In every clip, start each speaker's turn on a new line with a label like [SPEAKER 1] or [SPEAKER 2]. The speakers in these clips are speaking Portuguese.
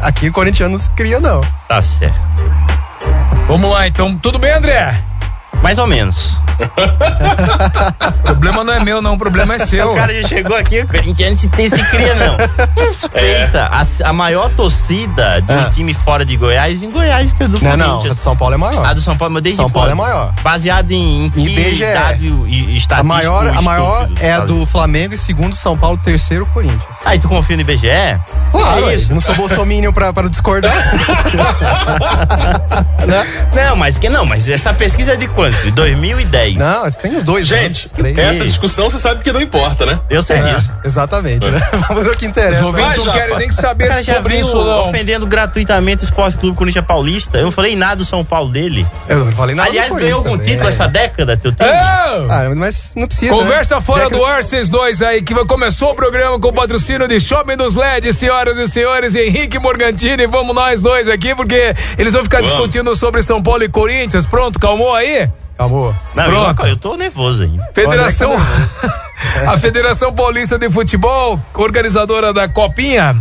[SPEAKER 1] Aqui o corintiano cria, não.
[SPEAKER 2] Tá certo.
[SPEAKER 3] Vamos lá, então. Tudo bem, André?
[SPEAKER 2] Mais ou menos.
[SPEAKER 3] O problema não é meu, não. O problema é seu.
[SPEAKER 2] O cara já chegou aqui, o corintiano se tem se cria, não. Respeita. A, a maior torcida de um
[SPEAKER 1] É. Ah.
[SPEAKER 2] time fora de Goiás, em Goiás, que é do
[SPEAKER 1] Não, não. A
[SPEAKER 2] Corinthians.
[SPEAKER 1] de São Paulo é maior.
[SPEAKER 2] A do São Paulo, mas desde
[SPEAKER 1] São Paulo é
[SPEAKER 2] quando?
[SPEAKER 1] maior.
[SPEAKER 2] Baseado em, em que
[SPEAKER 1] IBGE.
[SPEAKER 2] dado e- e
[SPEAKER 1] A
[SPEAKER 2] estatístico
[SPEAKER 1] maior, a maior
[SPEAKER 2] estúpido,
[SPEAKER 1] é a
[SPEAKER 2] Tá sabe?
[SPEAKER 1] do Flamengo e segundo São Paulo, terceiro Corinthians.
[SPEAKER 2] Aí tu confia no IBGE?
[SPEAKER 1] Claro,
[SPEAKER 2] é
[SPEAKER 1] isso.
[SPEAKER 2] isso.
[SPEAKER 1] não sou bolsominion pra, pra discordar.
[SPEAKER 2] Não, mas que não, mas essa pesquisa é de quando? De 2010.
[SPEAKER 1] não, tem os dois.
[SPEAKER 4] Gente,
[SPEAKER 1] né? Três.
[SPEAKER 4] essa discussão você sabe que não importa, né?
[SPEAKER 2] Deu certo isso.
[SPEAKER 1] É, exatamente, né? Vamos ao que
[SPEAKER 3] Os
[SPEAKER 1] interessa.
[SPEAKER 3] ouvintes
[SPEAKER 4] Vai,
[SPEAKER 3] não
[SPEAKER 4] Japa.
[SPEAKER 3] querem nem
[SPEAKER 2] O cara
[SPEAKER 3] saber
[SPEAKER 2] já
[SPEAKER 3] sobre
[SPEAKER 2] veio
[SPEAKER 3] isso, não.
[SPEAKER 2] ofendendo gratuitamente o Esporte Clube Corinthians Paulista. Eu não falei nada do São Paulo dele.
[SPEAKER 1] Eu não falei nada.
[SPEAKER 2] Aliás,
[SPEAKER 1] do
[SPEAKER 2] ganhou
[SPEAKER 1] Corinthians
[SPEAKER 2] algum
[SPEAKER 1] também,
[SPEAKER 2] título
[SPEAKER 1] né?
[SPEAKER 2] essa década, teu time?
[SPEAKER 3] Ô!
[SPEAKER 1] Ah, mas não precisa.
[SPEAKER 3] Conversa
[SPEAKER 1] né?
[SPEAKER 3] fora
[SPEAKER 1] Década-
[SPEAKER 3] do ar, vocês dois aí, que começou o programa com o patrocínio de Shopping dos LEDs, senhoras e senhores, Henrique Morgantini, vamos nós dois aqui, porque eles vão ficar
[SPEAKER 4] Vamos.
[SPEAKER 3] discutindo sobre São Paulo e Corinthians. Pronto, calmou aí?
[SPEAKER 1] Calma.
[SPEAKER 2] Não,
[SPEAKER 3] Pronto.
[SPEAKER 2] eu, eu tô nervoso ainda.
[SPEAKER 3] Federação.
[SPEAKER 1] Olha
[SPEAKER 3] A Federação Paulista de Futebol, organizadora da Copinha,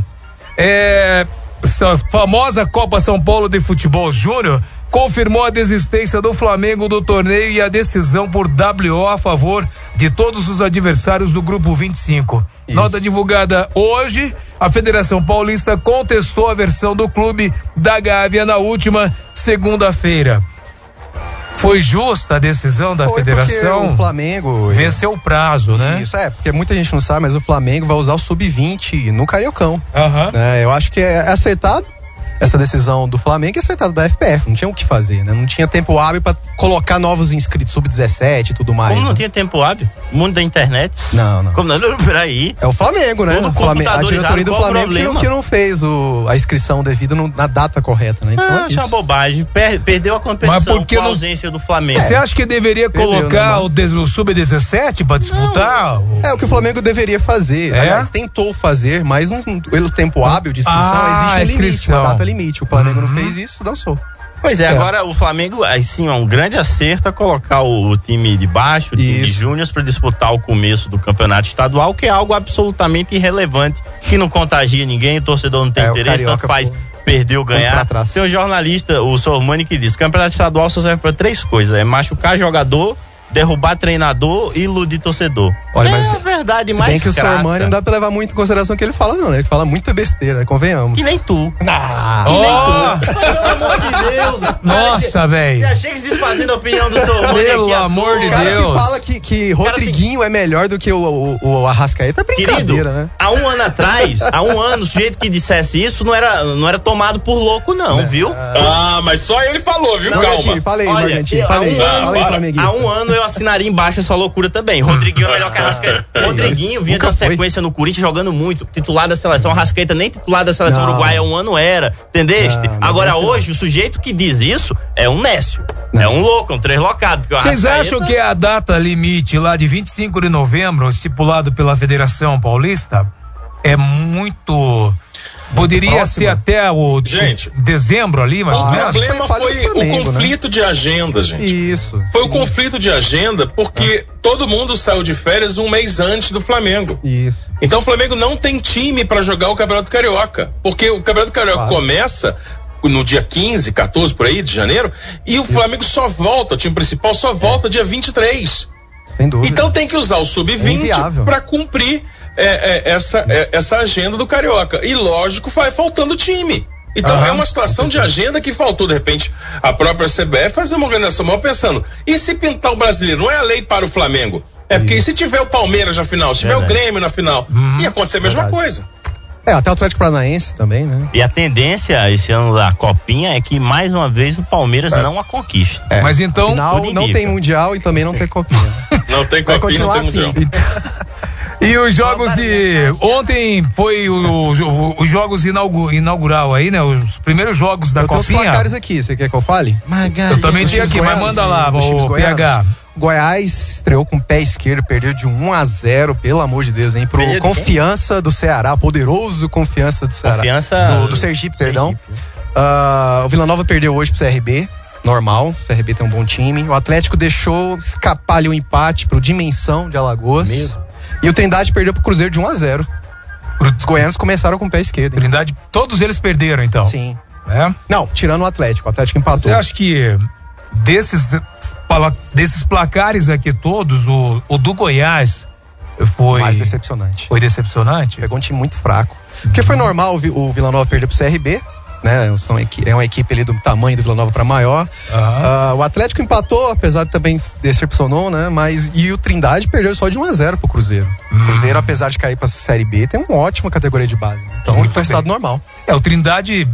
[SPEAKER 3] é, essa famosa Copa São Paulo de Futebol Júnior, confirmou a desistência do Flamengo do torneio e a decisão por WO a favor de todos os adversários do grupo 25. Nota divulgada hoje, a Federação Paulista contestou a versão do clube da Gávea na última segunda-feira. Foi justa a decisão da
[SPEAKER 1] Foi porque
[SPEAKER 3] federação?
[SPEAKER 1] O Flamengo.
[SPEAKER 3] venceu o prazo, né?
[SPEAKER 1] é. Isso é, porque muita gente não sabe, mas o Flamengo vai usar o sub-20 no Cariocão.
[SPEAKER 3] Aham.
[SPEAKER 1] né? Eu acho que é acertado essa decisão do Flamengo e acertado da FPF. Não tinha o que fazer, né? Não tinha tempo hábil pra colocar novos inscritos, sub-17 e tudo mais.
[SPEAKER 2] Como não
[SPEAKER 1] né?
[SPEAKER 2] tinha tempo hábil? Mundo da internet.
[SPEAKER 1] Não, não.
[SPEAKER 2] Como não? não, Peraí.
[SPEAKER 1] É o Flamengo, né?
[SPEAKER 2] Todo
[SPEAKER 1] O Flamengo, a
[SPEAKER 2] computadorizado,
[SPEAKER 1] diretoria do
[SPEAKER 2] qual o
[SPEAKER 1] Flamengo que não,
[SPEAKER 2] problema?
[SPEAKER 1] que não fez o- a inscrição devida no- na data correta, né? Então
[SPEAKER 2] Ah,
[SPEAKER 1] é
[SPEAKER 2] achei uma
[SPEAKER 1] isso.
[SPEAKER 2] bobagem. Per- perdeu a competição
[SPEAKER 3] Mas por que
[SPEAKER 2] com a
[SPEAKER 3] não-
[SPEAKER 2] ausência do Flamengo.
[SPEAKER 3] Você acha que deveria
[SPEAKER 1] Entendeu, né,
[SPEAKER 3] colocar
[SPEAKER 1] Marcos?
[SPEAKER 3] o, des- o sub-17 pra disputar? O-
[SPEAKER 1] É o que o Flamengo deveria fazer.
[SPEAKER 3] É?
[SPEAKER 1] Aliás, tentou fazer, mas não, o tempo hábil de inscrição
[SPEAKER 3] Ah,
[SPEAKER 1] existe um limite,
[SPEAKER 3] inscrição.
[SPEAKER 1] uma data limite. O Flamengo
[SPEAKER 2] Uhum.
[SPEAKER 1] não fez isso, dançou.
[SPEAKER 2] Pois é, agora o Flamengo, aí sim, é um grande acerto a colocar o, o time de baixo, o time de
[SPEAKER 1] Isso.
[SPEAKER 2] júniors, pra disputar o começo do campeonato estadual, que é algo absolutamente irrelevante, que não contagia ninguém, o torcedor não tem
[SPEAKER 1] É, o
[SPEAKER 2] interesse, tanto
[SPEAKER 1] Carioca,
[SPEAKER 2] faz
[SPEAKER 1] pô,
[SPEAKER 2] perder ou
[SPEAKER 1] pra
[SPEAKER 2] ganhar.
[SPEAKER 1] trás.
[SPEAKER 2] Tem um jornalista, o Sormani, que diz: campeonato estadual só serve pra três coisas: é machucar jogador, derrubar treinador e iludir torcedor.
[SPEAKER 1] Olha,
[SPEAKER 2] é
[SPEAKER 1] mas
[SPEAKER 2] a verdade,
[SPEAKER 1] Se
[SPEAKER 2] mais
[SPEAKER 1] bem que o
[SPEAKER 2] craça.
[SPEAKER 1] Sormani não dá pra levar muito em consideração o que ele fala, não, né? Ele fala muita besteira, convenhamos.
[SPEAKER 2] Que nem tu.
[SPEAKER 1] Ah,
[SPEAKER 3] Ó,
[SPEAKER 2] Pelo amor de Deus.
[SPEAKER 3] nossa, velho.
[SPEAKER 2] Já chega se desfazendo a opinião do seu
[SPEAKER 3] Pelo amor de
[SPEAKER 1] o cara
[SPEAKER 3] Deus.
[SPEAKER 1] que fala que, que Rodriguinho é melhor do que o, o, o Arrascaeta é
[SPEAKER 2] Querido,
[SPEAKER 1] brincadeira, né?
[SPEAKER 2] há um ano atrás, há um ano, o sujeito que dissesse isso não era, não era tomado por louco, não, viu?
[SPEAKER 4] Ah, mas só ele falou, viu?
[SPEAKER 1] Não, Gentili,
[SPEAKER 4] Calma.
[SPEAKER 1] fala aí,
[SPEAKER 2] Olha,
[SPEAKER 1] Morgantini,
[SPEAKER 2] há
[SPEAKER 1] fala aí,
[SPEAKER 2] um ano-
[SPEAKER 1] fala aí,
[SPEAKER 4] há
[SPEAKER 1] flamenguista.
[SPEAKER 2] Há um ano eu assinaria embaixo essa loucura também. Rodriguinho é melhor que a Rascaeta. Rodriguinho vinha
[SPEAKER 1] Nunca
[SPEAKER 2] da
[SPEAKER 1] foi.
[SPEAKER 2] sequência no Corinthians jogando muito. Titular da seleção, Rascaeta nem titular da seleção
[SPEAKER 1] Não.
[SPEAKER 2] uruguaia um ano era. Entendeste?
[SPEAKER 1] Não, mas
[SPEAKER 2] Agora
[SPEAKER 1] não é
[SPEAKER 2] hoje, o sujeito que diz isso é um Nécio. É um louco, é um treslocado. porque o
[SPEAKER 3] Vocês
[SPEAKER 1] Ah, tá,
[SPEAKER 2] Arrascaeta-
[SPEAKER 1] então
[SPEAKER 3] acham que é a data limite lá de 25 de novembro, estipulado pela Federação Paulista, é muito. Poderia
[SPEAKER 1] próxima.
[SPEAKER 3] ser até o de-
[SPEAKER 4] Gente.
[SPEAKER 3] dezembro ali, mas
[SPEAKER 1] Ah,
[SPEAKER 4] O
[SPEAKER 1] acho que
[SPEAKER 4] problema
[SPEAKER 1] foi falha do
[SPEAKER 4] foi o
[SPEAKER 1] Flamengo, né?
[SPEAKER 4] conflito de agenda, gente.
[SPEAKER 1] Isso.
[SPEAKER 4] Foi um conflito de agenda porque
[SPEAKER 1] É.
[SPEAKER 4] todo mundo saiu de férias um mês antes do Flamengo.
[SPEAKER 1] Isso.
[SPEAKER 4] Então o Flamengo não tem time pra jogar o Campeonato Carioca. Porque o Campeonato Carioca
[SPEAKER 1] Claro.
[SPEAKER 4] começa no dia 15, 14 por aí de janeiro e o Flamengo só volta, o time principal só volta dia 23.
[SPEAKER 1] Sem dúvida. É
[SPEAKER 4] Então tem que usar o sub-20
[SPEAKER 1] inviável.
[SPEAKER 4] pra cumprir é, é, essa, é, essa agenda do Carioca. E lógico, vai faltando time. Então
[SPEAKER 3] Aham.
[SPEAKER 4] é uma situação de agenda que faltou, de repente, a própria CBF fazer uma organização mal pensando. E se pintar o brasileiro? Não é a lei para o Flamengo. É porque se tiver o Palmeiras na final, se tiver o
[SPEAKER 2] Verdade.
[SPEAKER 4] Grêmio na final, ia acontecer a mesma
[SPEAKER 1] É Uhum. Verdade.
[SPEAKER 4] coisa.
[SPEAKER 1] É, até o Atlético Paranaense também, né?
[SPEAKER 2] E a tendência esse ano da Copinha é que mais uma vez o Palmeiras
[SPEAKER 3] É.
[SPEAKER 2] não a conquista.
[SPEAKER 3] Mas então.
[SPEAKER 1] é. Final,
[SPEAKER 2] tudo
[SPEAKER 1] não
[SPEAKER 2] indica.
[SPEAKER 1] tem mundial e também não tem copinha.
[SPEAKER 4] Não tem
[SPEAKER 1] Vai
[SPEAKER 4] copinha, não
[SPEAKER 1] continuar
[SPEAKER 4] tem
[SPEAKER 1] assim.
[SPEAKER 4] mundial.
[SPEAKER 3] E os jogos de. Ontem foi o- o- os jogos inaugu- inaugural aí, né? Os primeiros jogos da
[SPEAKER 1] eu tenho os
[SPEAKER 3] Copinha.
[SPEAKER 1] placares aqui, você quer que eu fale?
[SPEAKER 3] Eu também tinha aqui, mas manda lá,
[SPEAKER 1] Os times
[SPEAKER 3] o
[SPEAKER 1] goianos.
[SPEAKER 3] PH.
[SPEAKER 1] Goiás estreou com o pé esquerdo, perdeu de 1 a 0, pelo amor de Deus, hein? Pro
[SPEAKER 2] Perdeu de quem?
[SPEAKER 1] Confiança do Ceará, poderoso Confiança do Ceará.
[SPEAKER 2] Confiança-
[SPEAKER 1] do, do Sergipe, perdão. Ah, o Vila Nova perdeu hoje pro CRB, normal. O CRB tem um bom time. O Atlético deixou escapar ali o empate pro Dimensão de Alagoas.
[SPEAKER 2] Mesmo?
[SPEAKER 1] E o Trindade perdeu pro Cruzeiro de 1 a 0. um Os goianos começaram com o pé esquerdo. hein?
[SPEAKER 3] Trindade, todos eles perderam, então.
[SPEAKER 1] Sim.
[SPEAKER 3] Né?
[SPEAKER 1] Não, tirando o Atlético. O Atlético
[SPEAKER 3] Você
[SPEAKER 1] empatou.
[SPEAKER 3] acha que desses, pala- desses placares aqui todos, o, o do Goiás foi,
[SPEAKER 1] Mais decepcionante.
[SPEAKER 3] foi decepcionante?
[SPEAKER 1] Pegou um time muito fraco. Porque foi normal o Vi- o Vila Nova perder pro CRB, né? São equi- É uma equipe ali do tamanho do Vila Nova pra maior.
[SPEAKER 3] Aham.
[SPEAKER 1] Ah, o Atlético empatou, apesar de também decepcionou, né? Mas e o Trindade perdeu só de 1 a 0 pro Cruzeiro.
[SPEAKER 3] Hum.
[SPEAKER 1] O Cruzeiro, apesar de cair pra Série B, tem uma ótima categoria de base. né? Então,
[SPEAKER 3] Muito
[SPEAKER 1] é um resultado
[SPEAKER 3] bem.
[SPEAKER 1] normal.
[SPEAKER 3] É, o Trindade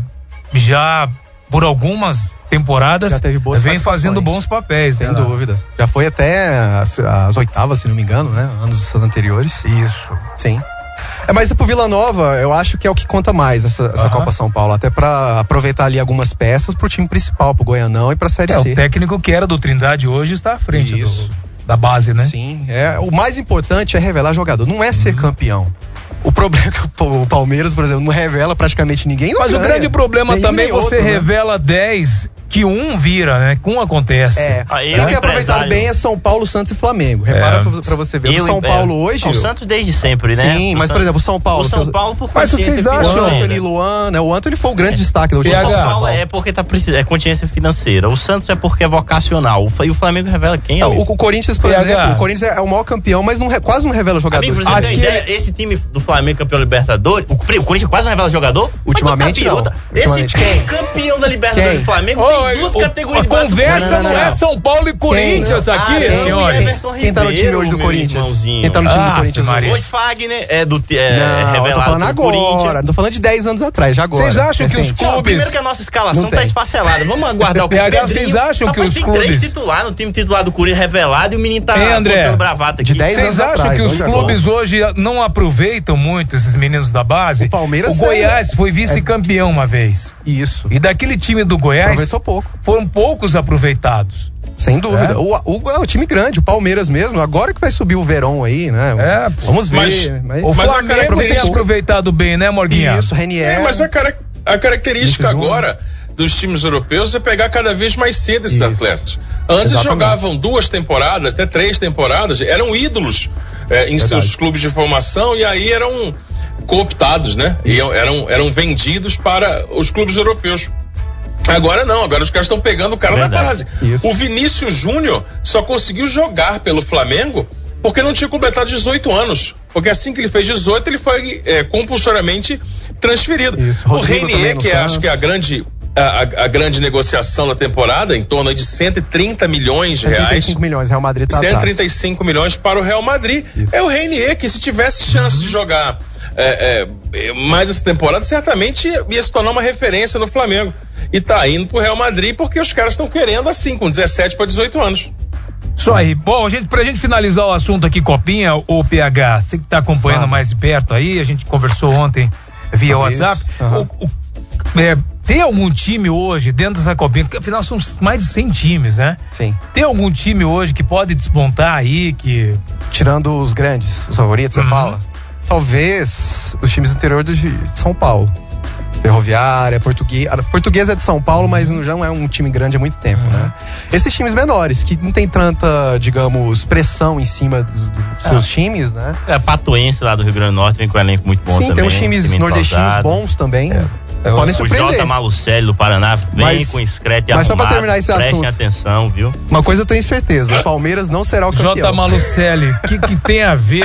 [SPEAKER 3] já por algumas temporadas
[SPEAKER 1] Já teve boas
[SPEAKER 3] vem fazendo
[SPEAKER 1] participações.
[SPEAKER 3] bons papéis,
[SPEAKER 1] Sem
[SPEAKER 3] né?
[SPEAKER 1] dúvida. Já foi até as, as oitavas, se não me engano, né? Anos anteriores.
[SPEAKER 3] Isso.
[SPEAKER 1] Sim. É, mas pro Vila Nova, eu acho que é o que conta mais essa, essa
[SPEAKER 3] Aham.
[SPEAKER 1] Copa São Paulo. Até pra aproveitar ali algumas peças pro time principal, pro Goianão e pra Série
[SPEAKER 3] É,
[SPEAKER 1] C.
[SPEAKER 3] o técnico que era do Trindade hoje está à frente do-
[SPEAKER 1] Isso.
[SPEAKER 3] da base, né? Uhum.
[SPEAKER 1] Sim. É, o mais importante é revelar jogador, não é ser campeão. O problema é que o Pa- o Palmeiras, por exemplo, não revela praticamente ninguém. não
[SPEAKER 3] Mas o
[SPEAKER 1] ganha.
[SPEAKER 3] grande problema
[SPEAKER 1] É. Nenhum
[SPEAKER 3] também é
[SPEAKER 1] nem
[SPEAKER 3] você
[SPEAKER 1] outro, né?
[SPEAKER 3] revela 10 que um vira, né? Que um acontece.
[SPEAKER 1] É.
[SPEAKER 2] Aí
[SPEAKER 1] Quem
[SPEAKER 2] o
[SPEAKER 1] tem aproveitado
[SPEAKER 2] empresário-
[SPEAKER 1] bem é São Paulo, Santos e Flamengo.
[SPEAKER 3] É.
[SPEAKER 1] Repara pra, pra você ver.
[SPEAKER 2] Eu
[SPEAKER 1] o São
[SPEAKER 2] e-
[SPEAKER 1] Paulo
[SPEAKER 2] é,
[SPEAKER 1] hoje.
[SPEAKER 2] O Santos desde sempre, né?
[SPEAKER 1] Sim,
[SPEAKER 2] O
[SPEAKER 1] mas, por
[SPEAKER 2] San-
[SPEAKER 1] exemplo, o São Paulo.
[SPEAKER 2] O São Paulo é por
[SPEAKER 3] Mas
[SPEAKER 2] consciência
[SPEAKER 3] vocês acham-
[SPEAKER 1] O
[SPEAKER 2] financeira.
[SPEAKER 1] Anthony Luan, né? O Anthony foi o grande destaque da
[SPEAKER 2] O
[SPEAKER 1] última
[SPEAKER 3] PH.
[SPEAKER 2] São
[SPEAKER 1] temporada.
[SPEAKER 2] Paulo é porque tá precisando, é consciência financeira. O Santos é porque é vocacional. O Fa- E o Flamengo revela quem é
[SPEAKER 1] Não, o, o Corinthians, por
[SPEAKER 3] PH.
[SPEAKER 1] exemplo, o Corinthians é o maior campeão, mas não re- quase não revela Ah, jogador.
[SPEAKER 2] Amigo, pra você ter uma
[SPEAKER 3] Aquele-
[SPEAKER 2] ideia, esse time do Flamengo campeão da Libertadores, o, pri- o Corinthians quase não revela jogador. Vai
[SPEAKER 1] Ultimamente,
[SPEAKER 2] tocar piruta.
[SPEAKER 1] não. Ultimamente.
[SPEAKER 2] Esse quem? campeão da Libertadores
[SPEAKER 1] Quem?
[SPEAKER 2] do Flamengo
[SPEAKER 3] Oi,
[SPEAKER 2] tem duas
[SPEAKER 3] o-
[SPEAKER 2] categorias
[SPEAKER 3] A
[SPEAKER 2] de base-
[SPEAKER 3] conversa não,
[SPEAKER 1] Não, não,
[SPEAKER 3] é
[SPEAKER 1] não.
[SPEAKER 3] São Paulo e Corinthians
[SPEAKER 1] né? Não,
[SPEAKER 3] aqui,
[SPEAKER 2] Ah, não,
[SPEAKER 3] senhores.
[SPEAKER 2] Everton
[SPEAKER 1] Quem tá no time
[SPEAKER 2] Ribeiro,
[SPEAKER 1] hoje do
[SPEAKER 2] meu
[SPEAKER 1] Corinthians?
[SPEAKER 2] irmãozinho.
[SPEAKER 1] Quem tá no time
[SPEAKER 3] Ah,
[SPEAKER 1] do Corinthians
[SPEAKER 3] Maria.
[SPEAKER 1] hoje?
[SPEAKER 2] Hoje Fagner é do é,
[SPEAKER 1] Não, eu
[SPEAKER 2] revelado
[SPEAKER 1] tô falando
[SPEAKER 2] do Corinthians.
[SPEAKER 1] agora. Não tô falando de 10 anos atrás, já agora.
[SPEAKER 3] Vocês acham que os
[SPEAKER 1] Recente.
[SPEAKER 3] clubes-
[SPEAKER 2] Não, primeiro que a nossa escalação
[SPEAKER 1] Não
[SPEAKER 2] tá
[SPEAKER 1] tem. É,
[SPEAKER 2] esfacelada. Vamos aguardar o
[SPEAKER 3] PH,
[SPEAKER 2] Pedrinho.
[SPEAKER 3] vocês acham
[SPEAKER 2] Rapaz,
[SPEAKER 3] que os
[SPEAKER 2] tem três
[SPEAKER 3] clubes-
[SPEAKER 2] titular no time titular do Corinthians revelado e o menino tá
[SPEAKER 3] Hein, André?
[SPEAKER 2] botando bravata aqui.
[SPEAKER 1] De dez anos
[SPEAKER 3] Vocês acham
[SPEAKER 1] atrás,
[SPEAKER 3] que os
[SPEAKER 1] hoje é
[SPEAKER 3] clubes hoje não aproveitam muito esses meninos da base?
[SPEAKER 1] O Palmeiras né? É.
[SPEAKER 3] O Goiás foi vice-campeão uma vez.
[SPEAKER 1] Isso.
[SPEAKER 3] E daquele time do Goiás
[SPEAKER 1] Aproveitou pouco.
[SPEAKER 3] foram poucos aproveitados.
[SPEAKER 1] Sem dúvida.
[SPEAKER 3] É?
[SPEAKER 1] O, o, é o time grande, o Palmeiras mesmo. Agora que vai subir o verão aí, né?
[SPEAKER 3] É, pô.
[SPEAKER 1] Vamos ver.
[SPEAKER 4] Mas-
[SPEAKER 1] Mas,
[SPEAKER 3] O
[SPEAKER 4] Mas a
[SPEAKER 3] Flamengo tem
[SPEAKER 4] característica-
[SPEAKER 3] aproveitado bem, né, Morguinha?
[SPEAKER 1] Isso, Renier.
[SPEAKER 4] É, mas a, cara- a característica
[SPEAKER 1] Decisão, né?
[SPEAKER 4] agora dos times europeus é pegar cada vez mais cedo esses
[SPEAKER 1] Isso.
[SPEAKER 4] atletas. Antes
[SPEAKER 1] Exatamente.
[SPEAKER 4] jogavam duas temporadas, até três temporadas, eram ídolos é, em seus clubes de formação e aí eram cooptados, né? E eram, eram vendidos para os clubes europeus. Agora não, agora os caras estão pegando o cara da
[SPEAKER 2] Verdade.
[SPEAKER 4] base.
[SPEAKER 1] Isso.
[SPEAKER 4] O Vinícius Júnior só conseguiu jogar pelo Flamengo porque não tinha completado 18 anos. Porque assim que ele fez 18, ele foi eh, compulsoriamente transferido.
[SPEAKER 1] Isso,
[SPEAKER 4] O
[SPEAKER 1] Rodrigo também
[SPEAKER 4] Reinier,
[SPEAKER 1] no
[SPEAKER 4] que é,
[SPEAKER 1] Santos.
[SPEAKER 4] acho que é a grande, a, a- a grande negociação da temporada, em torno aí de 130 milhões de reais. é
[SPEAKER 1] 135 milhões, Real Madrid tá atrás.
[SPEAKER 4] 135 milhões para o Real Madrid. É o Reinier que, se tivesse chance de jogar é, é, é, mais essa temporada, certamente ia se tornar uma referência no Flamengo. E tá indo pro Real Madrid porque os caras estão querendo assim, com 17 para 18 anos.
[SPEAKER 3] Isso aí. Bom, gente, pra gente finalizar o assunto aqui, Copinha, o PH, você que tá acompanhando
[SPEAKER 1] Claro.
[SPEAKER 3] mais de perto aí, a gente conversou ontem via
[SPEAKER 1] Sobre isso,
[SPEAKER 3] WhatsApp.
[SPEAKER 1] aham.
[SPEAKER 3] O- o- é, tem algum time hoje dentro dessa Copinha, porque afinal são mais de 100 times, né?
[SPEAKER 1] Sim.
[SPEAKER 3] Tem algum time hoje que pode despontar aí, que...
[SPEAKER 1] Tirando os grandes, os favoritos,
[SPEAKER 3] Uhum.
[SPEAKER 1] você fala? Talvez os times do interior do- de São Paulo. Ferroviária, Portuguesa. Portuguesa é de São Paulo, mas não- já não é um time grande há muito tempo, né?
[SPEAKER 3] Uhum.
[SPEAKER 1] Esses times menores, que não tem tanta, digamos, pressão em cima dos, dos seus times, né?
[SPEAKER 2] É, Patuense lá do Rio Grande do Norte vem com um elenco muito bom
[SPEAKER 1] Sim,
[SPEAKER 2] também.
[SPEAKER 1] tem uns times
[SPEAKER 2] time
[SPEAKER 1] nordestinos
[SPEAKER 2] entrosado.
[SPEAKER 1] bons também.
[SPEAKER 3] É.
[SPEAKER 1] É, Podem
[SPEAKER 2] O Jota
[SPEAKER 1] surpreender.
[SPEAKER 2] Malucelli do Paraná vem
[SPEAKER 1] Mas-
[SPEAKER 2] com escrete e
[SPEAKER 1] mas só pra
[SPEAKER 2] arrumado.
[SPEAKER 1] terminar esse
[SPEAKER 2] Prestem
[SPEAKER 1] assunto.
[SPEAKER 2] atenção, viu?
[SPEAKER 1] Uma coisa eu tenho certeza, o Palmeiras não será o campeão.
[SPEAKER 3] J. Malucelli, o que que tem a ver?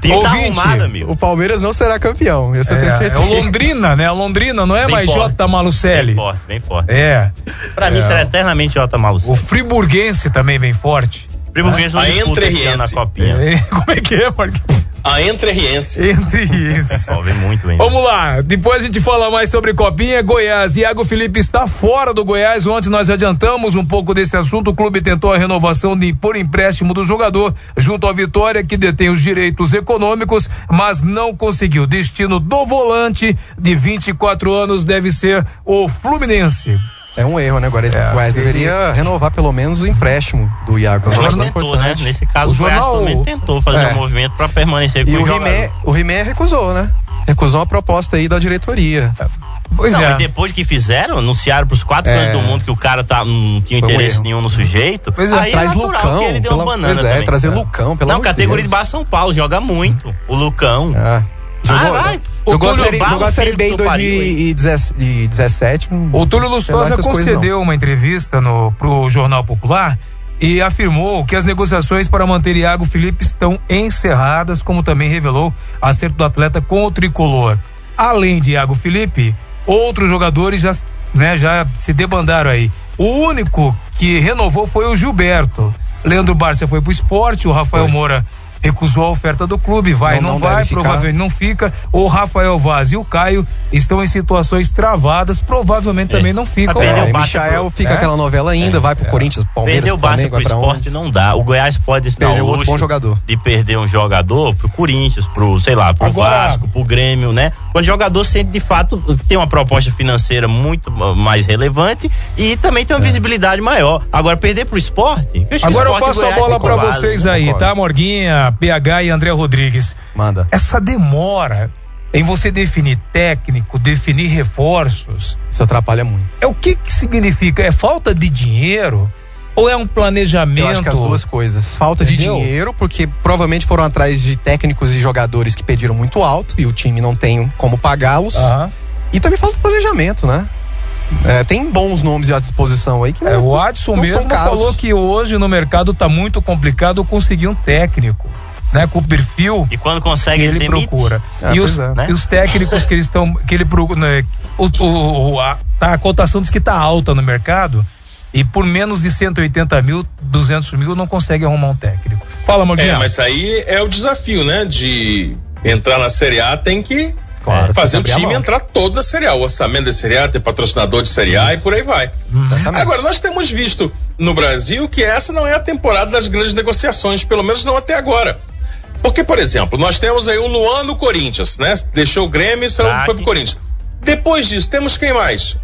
[SPEAKER 2] Time
[SPEAKER 3] Ouvinte,
[SPEAKER 2] tá arrumado, amigo.
[SPEAKER 1] O Palmeiras não será campeão, isso eu
[SPEAKER 3] É,
[SPEAKER 1] tenho
[SPEAKER 3] é
[SPEAKER 1] certeza.
[SPEAKER 3] o Londrina, né? A Londrina, não é
[SPEAKER 2] Bem
[SPEAKER 3] mais
[SPEAKER 2] forte.
[SPEAKER 3] J.
[SPEAKER 2] Bem
[SPEAKER 3] Malucelli.
[SPEAKER 2] forte, bem forte.
[SPEAKER 3] É.
[SPEAKER 2] Pra mim será eternamente Jota
[SPEAKER 3] O
[SPEAKER 2] Malucelli.
[SPEAKER 3] friburguense também vem forte.
[SPEAKER 2] Primo Criança
[SPEAKER 4] A
[SPEAKER 2] não disputa esse ano na
[SPEAKER 4] Entreriense.
[SPEAKER 2] Copinha.
[SPEAKER 3] É, Como é que é, Marquinhos?
[SPEAKER 4] A Entre-Riense.
[SPEAKER 3] Entre isso.
[SPEAKER 2] Ó, vem muito bem.
[SPEAKER 3] Vamos lá, depois a gente fala mais sobre Copinha. Goiás, Iago Felipe está fora do Goiás. Ontem nós adiantamos um pouco desse assunto. O clube tentou a renovação de, por empréstimo do jogador junto ao Vitória, que detém os direitos econômicos, mas não conseguiu. Destino do volante de 24 anos deve ser o Fluminense.
[SPEAKER 1] É um erro, né? Agora esse
[SPEAKER 3] É.
[SPEAKER 1] Goiás deveria renovar pelo menos o empréstimo do Iago.
[SPEAKER 2] O
[SPEAKER 1] É um
[SPEAKER 2] Goiás
[SPEAKER 1] jogador
[SPEAKER 2] tentou, né?
[SPEAKER 1] importante.
[SPEAKER 2] Nesse caso,
[SPEAKER 1] O
[SPEAKER 2] o Goiás
[SPEAKER 1] jornal-
[SPEAKER 2] também tentou fazer
[SPEAKER 1] É.
[SPEAKER 2] um movimento pra permanecer com
[SPEAKER 1] E o
[SPEAKER 2] jogador.
[SPEAKER 1] Rimé, o Rimé recusou, né? Recusou a proposta aí da diretoria.
[SPEAKER 3] Pois
[SPEAKER 2] não,
[SPEAKER 3] é.
[SPEAKER 2] mas depois que fizeram, anunciaram pros quatro
[SPEAKER 1] É.
[SPEAKER 2] cantos do mundo que o cara tá, não tinha
[SPEAKER 1] Foi um
[SPEAKER 2] interesse
[SPEAKER 1] erro.
[SPEAKER 2] nenhum no sujeito.
[SPEAKER 3] Pois é,
[SPEAKER 2] aí
[SPEAKER 1] Traz
[SPEAKER 2] é natural
[SPEAKER 1] Lucão.
[SPEAKER 2] que ele deu
[SPEAKER 1] pelo-
[SPEAKER 2] uma banana
[SPEAKER 1] pois é,
[SPEAKER 2] também. né?
[SPEAKER 1] trazer Lucão, pelo
[SPEAKER 2] Não,
[SPEAKER 1] amor de
[SPEAKER 2] categoria
[SPEAKER 1] Deus.
[SPEAKER 2] de Barra São Paulo, joga muito. O Lucão.
[SPEAKER 1] É. Jogou,
[SPEAKER 2] vai.
[SPEAKER 1] jogou a
[SPEAKER 2] Túlio
[SPEAKER 1] série,
[SPEAKER 2] Barros,
[SPEAKER 1] jogou a série
[SPEAKER 2] filho
[SPEAKER 1] B em
[SPEAKER 2] do teu pariu, hein?
[SPEAKER 1] 2017.
[SPEAKER 3] O Túlio
[SPEAKER 1] hum, Sei lá
[SPEAKER 3] Lustosa
[SPEAKER 1] essas coisas, não.
[SPEAKER 3] concedeu uma entrevista no, pro Jornal Popular e afirmou que as negociações para manter Iago Felipe estão encerradas, como também revelou acerto do atleta com o tricolor. Além de Iago Felipe, outros jogadores já, né, já se debandaram aí. O único que renovou foi o Gilberto. Leandro Barça foi pro esporte, o Rafael Moura recusou a oferta do clube, vai,
[SPEAKER 1] Não-
[SPEAKER 3] não,
[SPEAKER 1] não deve
[SPEAKER 3] vai,
[SPEAKER 1] ficar.
[SPEAKER 3] provavelmente não fica. O Rafael Vaz e o Caio estão em situações travadas, provavelmente também não ficam.
[SPEAKER 2] Perdeu
[SPEAKER 1] É,
[SPEAKER 2] o
[SPEAKER 1] o
[SPEAKER 2] Barça
[SPEAKER 1] Michael
[SPEAKER 2] pro-
[SPEAKER 1] fica
[SPEAKER 3] É?
[SPEAKER 1] aquela novela ainda, vai pro Corinthians, Palmeiras,
[SPEAKER 2] Perder o Barça
[SPEAKER 1] Flamengo,
[SPEAKER 2] pro
[SPEAKER 1] vai pra onde?
[SPEAKER 2] esporte não dá. O Goiás pode se dar
[SPEAKER 1] Perdeu um
[SPEAKER 2] o
[SPEAKER 1] outro
[SPEAKER 2] luxo
[SPEAKER 1] bom jogador.
[SPEAKER 2] de perder um jogador pro Corinthians, pro, sei lá, pro
[SPEAKER 3] Agora-
[SPEAKER 2] Vasco, pro Grêmio, né? Quando o jogador sente de fato tem uma proposta financeira muito ah, mais relevante e também
[SPEAKER 1] É.
[SPEAKER 2] tem uma visibilidade maior. Agora, perder pro esporte. eu acho que
[SPEAKER 3] Agora eu
[SPEAKER 2] esporte e
[SPEAKER 3] passo a
[SPEAKER 2] Goiás
[SPEAKER 3] bola
[SPEAKER 2] são
[SPEAKER 3] pra
[SPEAKER 2] covardes,
[SPEAKER 3] vocês
[SPEAKER 2] né?
[SPEAKER 3] aí,
[SPEAKER 1] concordo.
[SPEAKER 3] tá, Morguinha, PH e André Rodrigues.
[SPEAKER 1] Manda.
[SPEAKER 3] Essa demora em você definir técnico, definir reforços,
[SPEAKER 1] Isso atrapalha muito.
[SPEAKER 3] é o que que significa? É falta de dinheiro ou é um planejamento?
[SPEAKER 1] Eu acho que as duas coisas. Falta
[SPEAKER 3] Entendeu?
[SPEAKER 1] de dinheiro, porque provavelmente foram atrás de técnicos e jogadores que pediram muito alto e o time não tem como pagá-los.
[SPEAKER 2] Ah.
[SPEAKER 3] Aham.
[SPEAKER 1] E também falta planejamento, né? É, tem bons nomes à disposição aí que
[SPEAKER 3] É, o Adson
[SPEAKER 1] Não são
[SPEAKER 3] mesmo
[SPEAKER 1] caros.
[SPEAKER 3] falou que hoje no mercado tá muito complicado conseguir um técnico, né, com o perfil
[SPEAKER 2] E quando consegue,
[SPEAKER 3] que
[SPEAKER 2] ele,
[SPEAKER 3] ele
[SPEAKER 2] demite.
[SPEAKER 3] procura.
[SPEAKER 1] Ah,
[SPEAKER 3] e,
[SPEAKER 1] pois
[SPEAKER 3] os,
[SPEAKER 1] é.
[SPEAKER 2] Né?
[SPEAKER 3] e os técnicos que eles estão. que ele procura. né, o, o- o- a, tá, a cotação diz que tá alta no mercado. E por menos de 180 mil, 200 mil, não consegue arrumar um técnico. Fala, Morguinho.
[SPEAKER 4] É, mas aí é o desafio, né? De entrar na Série A tem que é,
[SPEAKER 1] Claro, tem que
[SPEAKER 4] fazer o
[SPEAKER 1] abrir a
[SPEAKER 4] time
[SPEAKER 1] mão.
[SPEAKER 4] entrar todo na Série A. O orçamento da Série A, ter patrocinador de Série A e por aí vai.
[SPEAKER 1] Exatamente.
[SPEAKER 4] Agora, nós temos visto no Brasil que essa não é a temporada das grandes negociações, pelo menos não até agora. Porque, por exemplo, nós temos aí o Luan no Corinthians, né? Deixou o Grêmio e saiu-
[SPEAKER 2] Craque.
[SPEAKER 4] foi pro Corinthians. Depois disso, temos quem mais?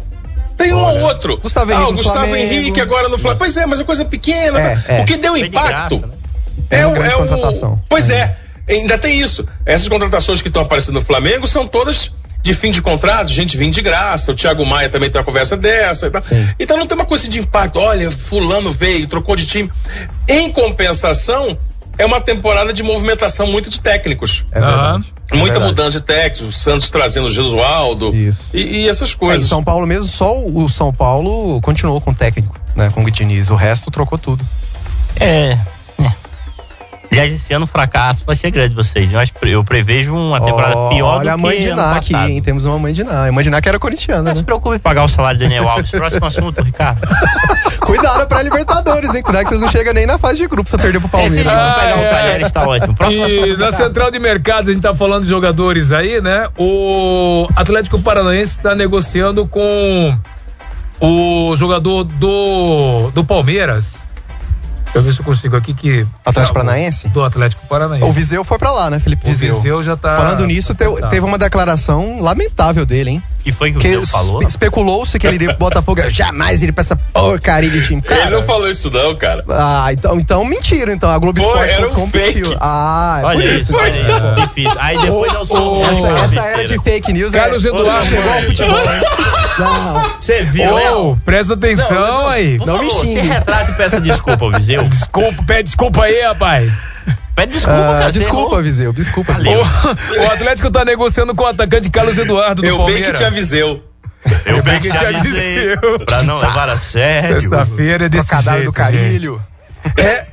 [SPEAKER 4] Tem um ou outro.
[SPEAKER 1] Gustavo
[SPEAKER 4] ah,
[SPEAKER 1] Henrique
[SPEAKER 4] o
[SPEAKER 1] no
[SPEAKER 4] Gustavo
[SPEAKER 1] Flamengo.
[SPEAKER 4] Henrique agora no Flamengo. Pois é, mas é coisa pequena.
[SPEAKER 1] É,
[SPEAKER 4] tá?
[SPEAKER 1] é.
[SPEAKER 4] O que deu
[SPEAKER 2] Foi de
[SPEAKER 4] impacto
[SPEAKER 2] graça, né?
[SPEAKER 1] É uma grande contratação.
[SPEAKER 4] Pois é. ainda tem isso. Essas contratações que estão aparecendo no Flamengo são todas de fim de contrato, gente vindo de graça. O Thiago Maia também tem uma conversa dessa e tal. Então não tem uma coisa de impacto. Olha, fulano veio, trocou de time. Em compensação, é uma temporada de movimentação muito de técnicos.
[SPEAKER 1] É verdade. É
[SPEAKER 4] Muita
[SPEAKER 1] verdade.
[SPEAKER 4] mudança de técnicos, o Santos trazendo o Gesualdo
[SPEAKER 1] Isso.
[SPEAKER 4] e, e essas
[SPEAKER 1] É, em
[SPEAKER 4] coisas.
[SPEAKER 1] São Paulo mesmo, só o São Paulo continuou com o técnico, né? Com o Diniz. O resto trocou tudo.
[SPEAKER 2] É. é. Aliás, esse ano o fracasso vai ser grande de vocês. Eu, acho, eu prevejo uma temporada
[SPEAKER 1] Ó,
[SPEAKER 2] pior
[SPEAKER 1] Olha
[SPEAKER 2] do
[SPEAKER 1] a mãe
[SPEAKER 2] que
[SPEAKER 1] de
[SPEAKER 2] ano
[SPEAKER 1] Ná aqui,
[SPEAKER 2] passado.
[SPEAKER 1] hein? Temos uma mãe de Ná. A mãe de Ná que era corintiana,
[SPEAKER 2] Não se
[SPEAKER 1] né?
[SPEAKER 2] preocupe em pagar o salário de Daniel Alves. Próximo assunto, Ricardo.
[SPEAKER 1] Cuidado pra Libertadores, hein? Cuidado que vocês não chegam nem na fase de grupo, você perdeu pro
[SPEAKER 2] Esse
[SPEAKER 1] Palmeiras.
[SPEAKER 2] dia vamos pegar
[SPEAKER 3] Ah, é.
[SPEAKER 2] o Talheres, tá ótimo. Próximo
[SPEAKER 3] E
[SPEAKER 2] assunto.
[SPEAKER 3] na central de mercados, a gente tá falando de jogadores aí, né? O Atlético Paranaense está negociando com o jogador do, do Palmeiras. Deixa eu ver se eu consigo aqui que.
[SPEAKER 1] Atlético Paranaense?
[SPEAKER 3] Do Atlético Paranaense.
[SPEAKER 1] O Viseu foi pra lá, né, Felipe
[SPEAKER 3] É. O
[SPEAKER 1] Viseu?
[SPEAKER 3] Viseu já tá.
[SPEAKER 1] Falando nisso,
[SPEAKER 3] tá
[SPEAKER 1] teu-
[SPEAKER 3] tentado.
[SPEAKER 1] teve um uma declaração lamentável dele, hein?
[SPEAKER 2] que foi que o
[SPEAKER 1] Que
[SPEAKER 2] Deus falou?
[SPEAKER 1] espe- especulou-se que ele iria pro Botafogo. Eu jamais iria pra essa porcaria de time. Cara,
[SPEAKER 4] Ele não falou isso não, cara.
[SPEAKER 1] Ah, então, então mentiram, então. A Globoesporte.com
[SPEAKER 4] Pô, era um fake.
[SPEAKER 1] mentiu. Ah, é
[SPEAKER 2] Olha
[SPEAKER 1] por
[SPEAKER 2] isso, olha isso. Difícil. Aí depois eu sou.
[SPEAKER 1] Essa, essa era de fake news.
[SPEAKER 3] Carlos
[SPEAKER 1] é...
[SPEAKER 3] Eduardo
[SPEAKER 1] chegou ao
[SPEAKER 3] Moreira.
[SPEAKER 1] futebol. Não,
[SPEAKER 2] Você viu, né?
[SPEAKER 3] Ô, presta atenção aí.
[SPEAKER 2] Por
[SPEAKER 1] Não me
[SPEAKER 2] favor, se
[SPEAKER 1] xingue.
[SPEAKER 2] retrata e peça desculpa, Viseu.
[SPEAKER 3] Desculpa, pede desculpa aí, rapaz.
[SPEAKER 2] Pede desculpa,
[SPEAKER 1] Ah,
[SPEAKER 2] cara. você
[SPEAKER 1] desculpa,
[SPEAKER 2] errou.
[SPEAKER 1] Viseu, desculpa.
[SPEAKER 2] Valeu.
[SPEAKER 3] O, o Atlético tá negociando com o atacante Carlos Eduardo do
[SPEAKER 4] Eu bem
[SPEAKER 3] Palmeiras.
[SPEAKER 4] que te aviseu.
[SPEAKER 2] Eu bem que
[SPEAKER 3] que
[SPEAKER 2] te
[SPEAKER 3] te
[SPEAKER 2] avisei.
[SPEAKER 3] avisei.
[SPEAKER 2] Pra
[SPEAKER 1] Tá.
[SPEAKER 2] não levar a sério.
[SPEAKER 3] Sexta-feira é desse
[SPEAKER 1] Trocadalho
[SPEAKER 3] jeito.
[SPEAKER 1] do
[SPEAKER 3] gente.
[SPEAKER 1] Carilho.
[SPEAKER 3] É,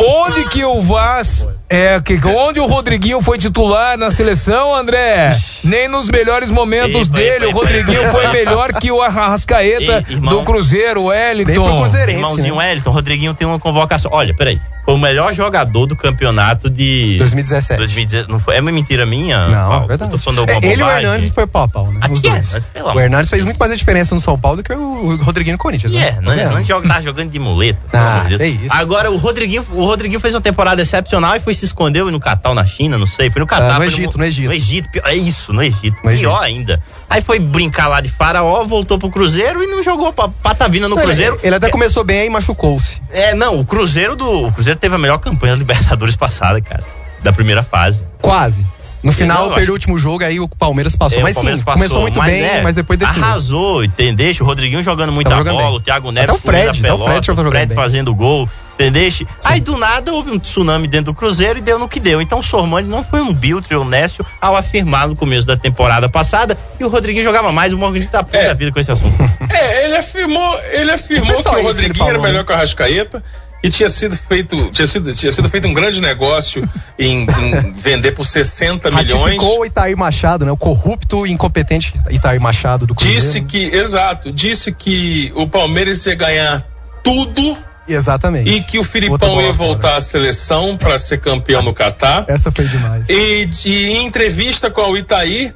[SPEAKER 3] onde que o Vaz é que onde o Rodriguinho foi titular na seleção, André? Nem nos melhores momentos
[SPEAKER 2] Epa, epa,
[SPEAKER 3] dele, o
[SPEAKER 2] epa,
[SPEAKER 3] Rodriguinho
[SPEAKER 2] epa.
[SPEAKER 3] foi melhor que o Arrascaeta
[SPEAKER 2] Ei, irmão.
[SPEAKER 3] do Cruzeiro, o
[SPEAKER 1] Nem pro
[SPEAKER 3] Wellington.
[SPEAKER 1] Cruzeirense,
[SPEAKER 2] Irmãozinho
[SPEAKER 1] né?
[SPEAKER 2] Wellington, Rodriguinho tem uma convocação. Olha, peraí. Foi o melhor jogador do campeonato de.
[SPEAKER 1] 2017.
[SPEAKER 2] 2017. Não foi? É uma mentira minha?
[SPEAKER 1] Não,
[SPEAKER 2] Paulo?
[SPEAKER 1] é
[SPEAKER 2] Eu
[SPEAKER 1] verdade.
[SPEAKER 2] tô falando
[SPEAKER 1] É,
[SPEAKER 2] alguma
[SPEAKER 1] ele e o
[SPEAKER 2] bobagem?
[SPEAKER 1] Hernandes foi pau a pau, né?
[SPEAKER 2] Aqui
[SPEAKER 1] Os
[SPEAKER 2] é,
[SPEAKER 1] dois.
[SPEAKER 2] mas pelo
[SPEAKER 1] o
[SPEAKER 2] amor
[SPEAKER 1] Hernandes fez muito mais a diferença no São Paulo do que o Rodriguinho no Corinthians.
[SPEAKER 2] E
[SPEAKER 1] né?
[SPEAKER 2] é, não,
[SPEAKER 1] Tá
[SPEAKER 2] não
[SPEAKER 1] vendo?
[SPEAKER 2] joga- tá jogando de muleta. pelo
[SPEAKER 1] Ah,
[SPEAKER 2] amor de Deus.
[SPEAKER 1] é isso.
[SPEAKER 2] Agora, o Rodriguinho, o Rodriguinho fez uma temporada excepcional e foi se escondeu no Catar, ou na China, não sei. Foi no Catar.
[SPEAKER 1] Ah, no
[SPEAKER 2] foi
[SPEAKER 1] Egito, no Egito.
[SPEAKER 2] No Egito, pior- é isso, no Egito.
[SPEAKER 1] No Egito.
[SPEAKER 2] pior ainda. Aí foi brincar lá de faraó, voltou pro Cruzeiro e não jogou pa- patavina no
[SPEAKER 1] Não, é, ele-
[SPEAKER 2] Cruzeiro.
[SPEAKER 1] Ele, até começou bem e machucou-se.
[SPEAKER 2] É, não, o Cruzeiro do. O Cruzeiro teve a melhor campanha da Libertadores passada, cara. Da primeira fase.
[SPEAKER 1] Quase. No final,
[SPEAKER 2] Não, eu
[SPEAKER 1] perdeu o último jogo, aí o Palmeiras passou.
[SPEAKER 2] É, o
[SPEAKER 1] mas
[SPEAKER 2] Palmeiras
[SPEAKER 1] sim,
[SPEAKER 2] passou,
[SPEAKER 1] começou muito
[SPEAKER 2] mas,
[SPEAKER 1] bem,
[SPEAKER 2] né,
[SPEAKER 1] mas depois definiu.
[SPEAKER 2] Arrasou, entendeu? O Rodriguinho jogando muita
[SPEAKER 1] jogando
[SPEAKER 2] bola,
[SPEAKER 1] bem.
[SPEAKER 2] o Thiago Neves
[SPEAKER 1] Até o Fred,
[SPEAKER 2] comendo a
[SPEAKER 1] até o Fred
[SPEAKER 2] pelota,
[SPEAKER 1] jogou
[SPEAKER 2] o Fred
[SPEAKER 1] bem.
[SPEAKER 2] fazendo gol, entendeu? Aí do nada houve um tsunami dentro do Cruzeiro e deu no que deu. Então o Sormani não foi um biltre honesto ao afirmar no começo da temporada passada que o Rodriguinho jogava mais, o Morgan tá puta
[SPEAKER 4] É.
[SPEAKER 2] da vida com esse assunto.
[SPEAKER 4] É, ele afirmou, ele
[SPEAKER 1] Não
[SPEAKER 4] afirmou
[SPEAKER 1] foi
[SPEAKER 4] que
[SPEAKER 1] só isso
[SPEAKER 4] o
[SPEAKER 1] que ele
[SPEAKER 4] Rodriguinho era
[SPEAKER 1] falou,
[SPEAKER 4] melhor
[SPEAKER 1] né?
[SPEAKER 4] que o Arrascaeta e tinha sido feito, tinha sido, tinha sido feito um grande negócio em, em vender por 60 milhões.
[SPEAKER 1] Ratificou o Itair Machado, né? O corrupto e incompetente Itair Machado do Cruzeiro.
[SPEAKER 4] Disse que, exato, disse que o Palmeiras ia ganhar tudo
[SPEAKER 1] Exatamente.
[SPEAKER 4] e que o
[SPEAKER 1] Outra
[SPEAKER 4] Filipão
[SPEAKER 1] bola
[SPEAKER 4] ia
[SPEAKER 1] fora.
[SPEAKER 4] voltar à seleção para ser campeão no Catar.
[SPEAKER 1] Essa foi demais.
[SPEAKER 4] E, e em entrevista com o Itaí,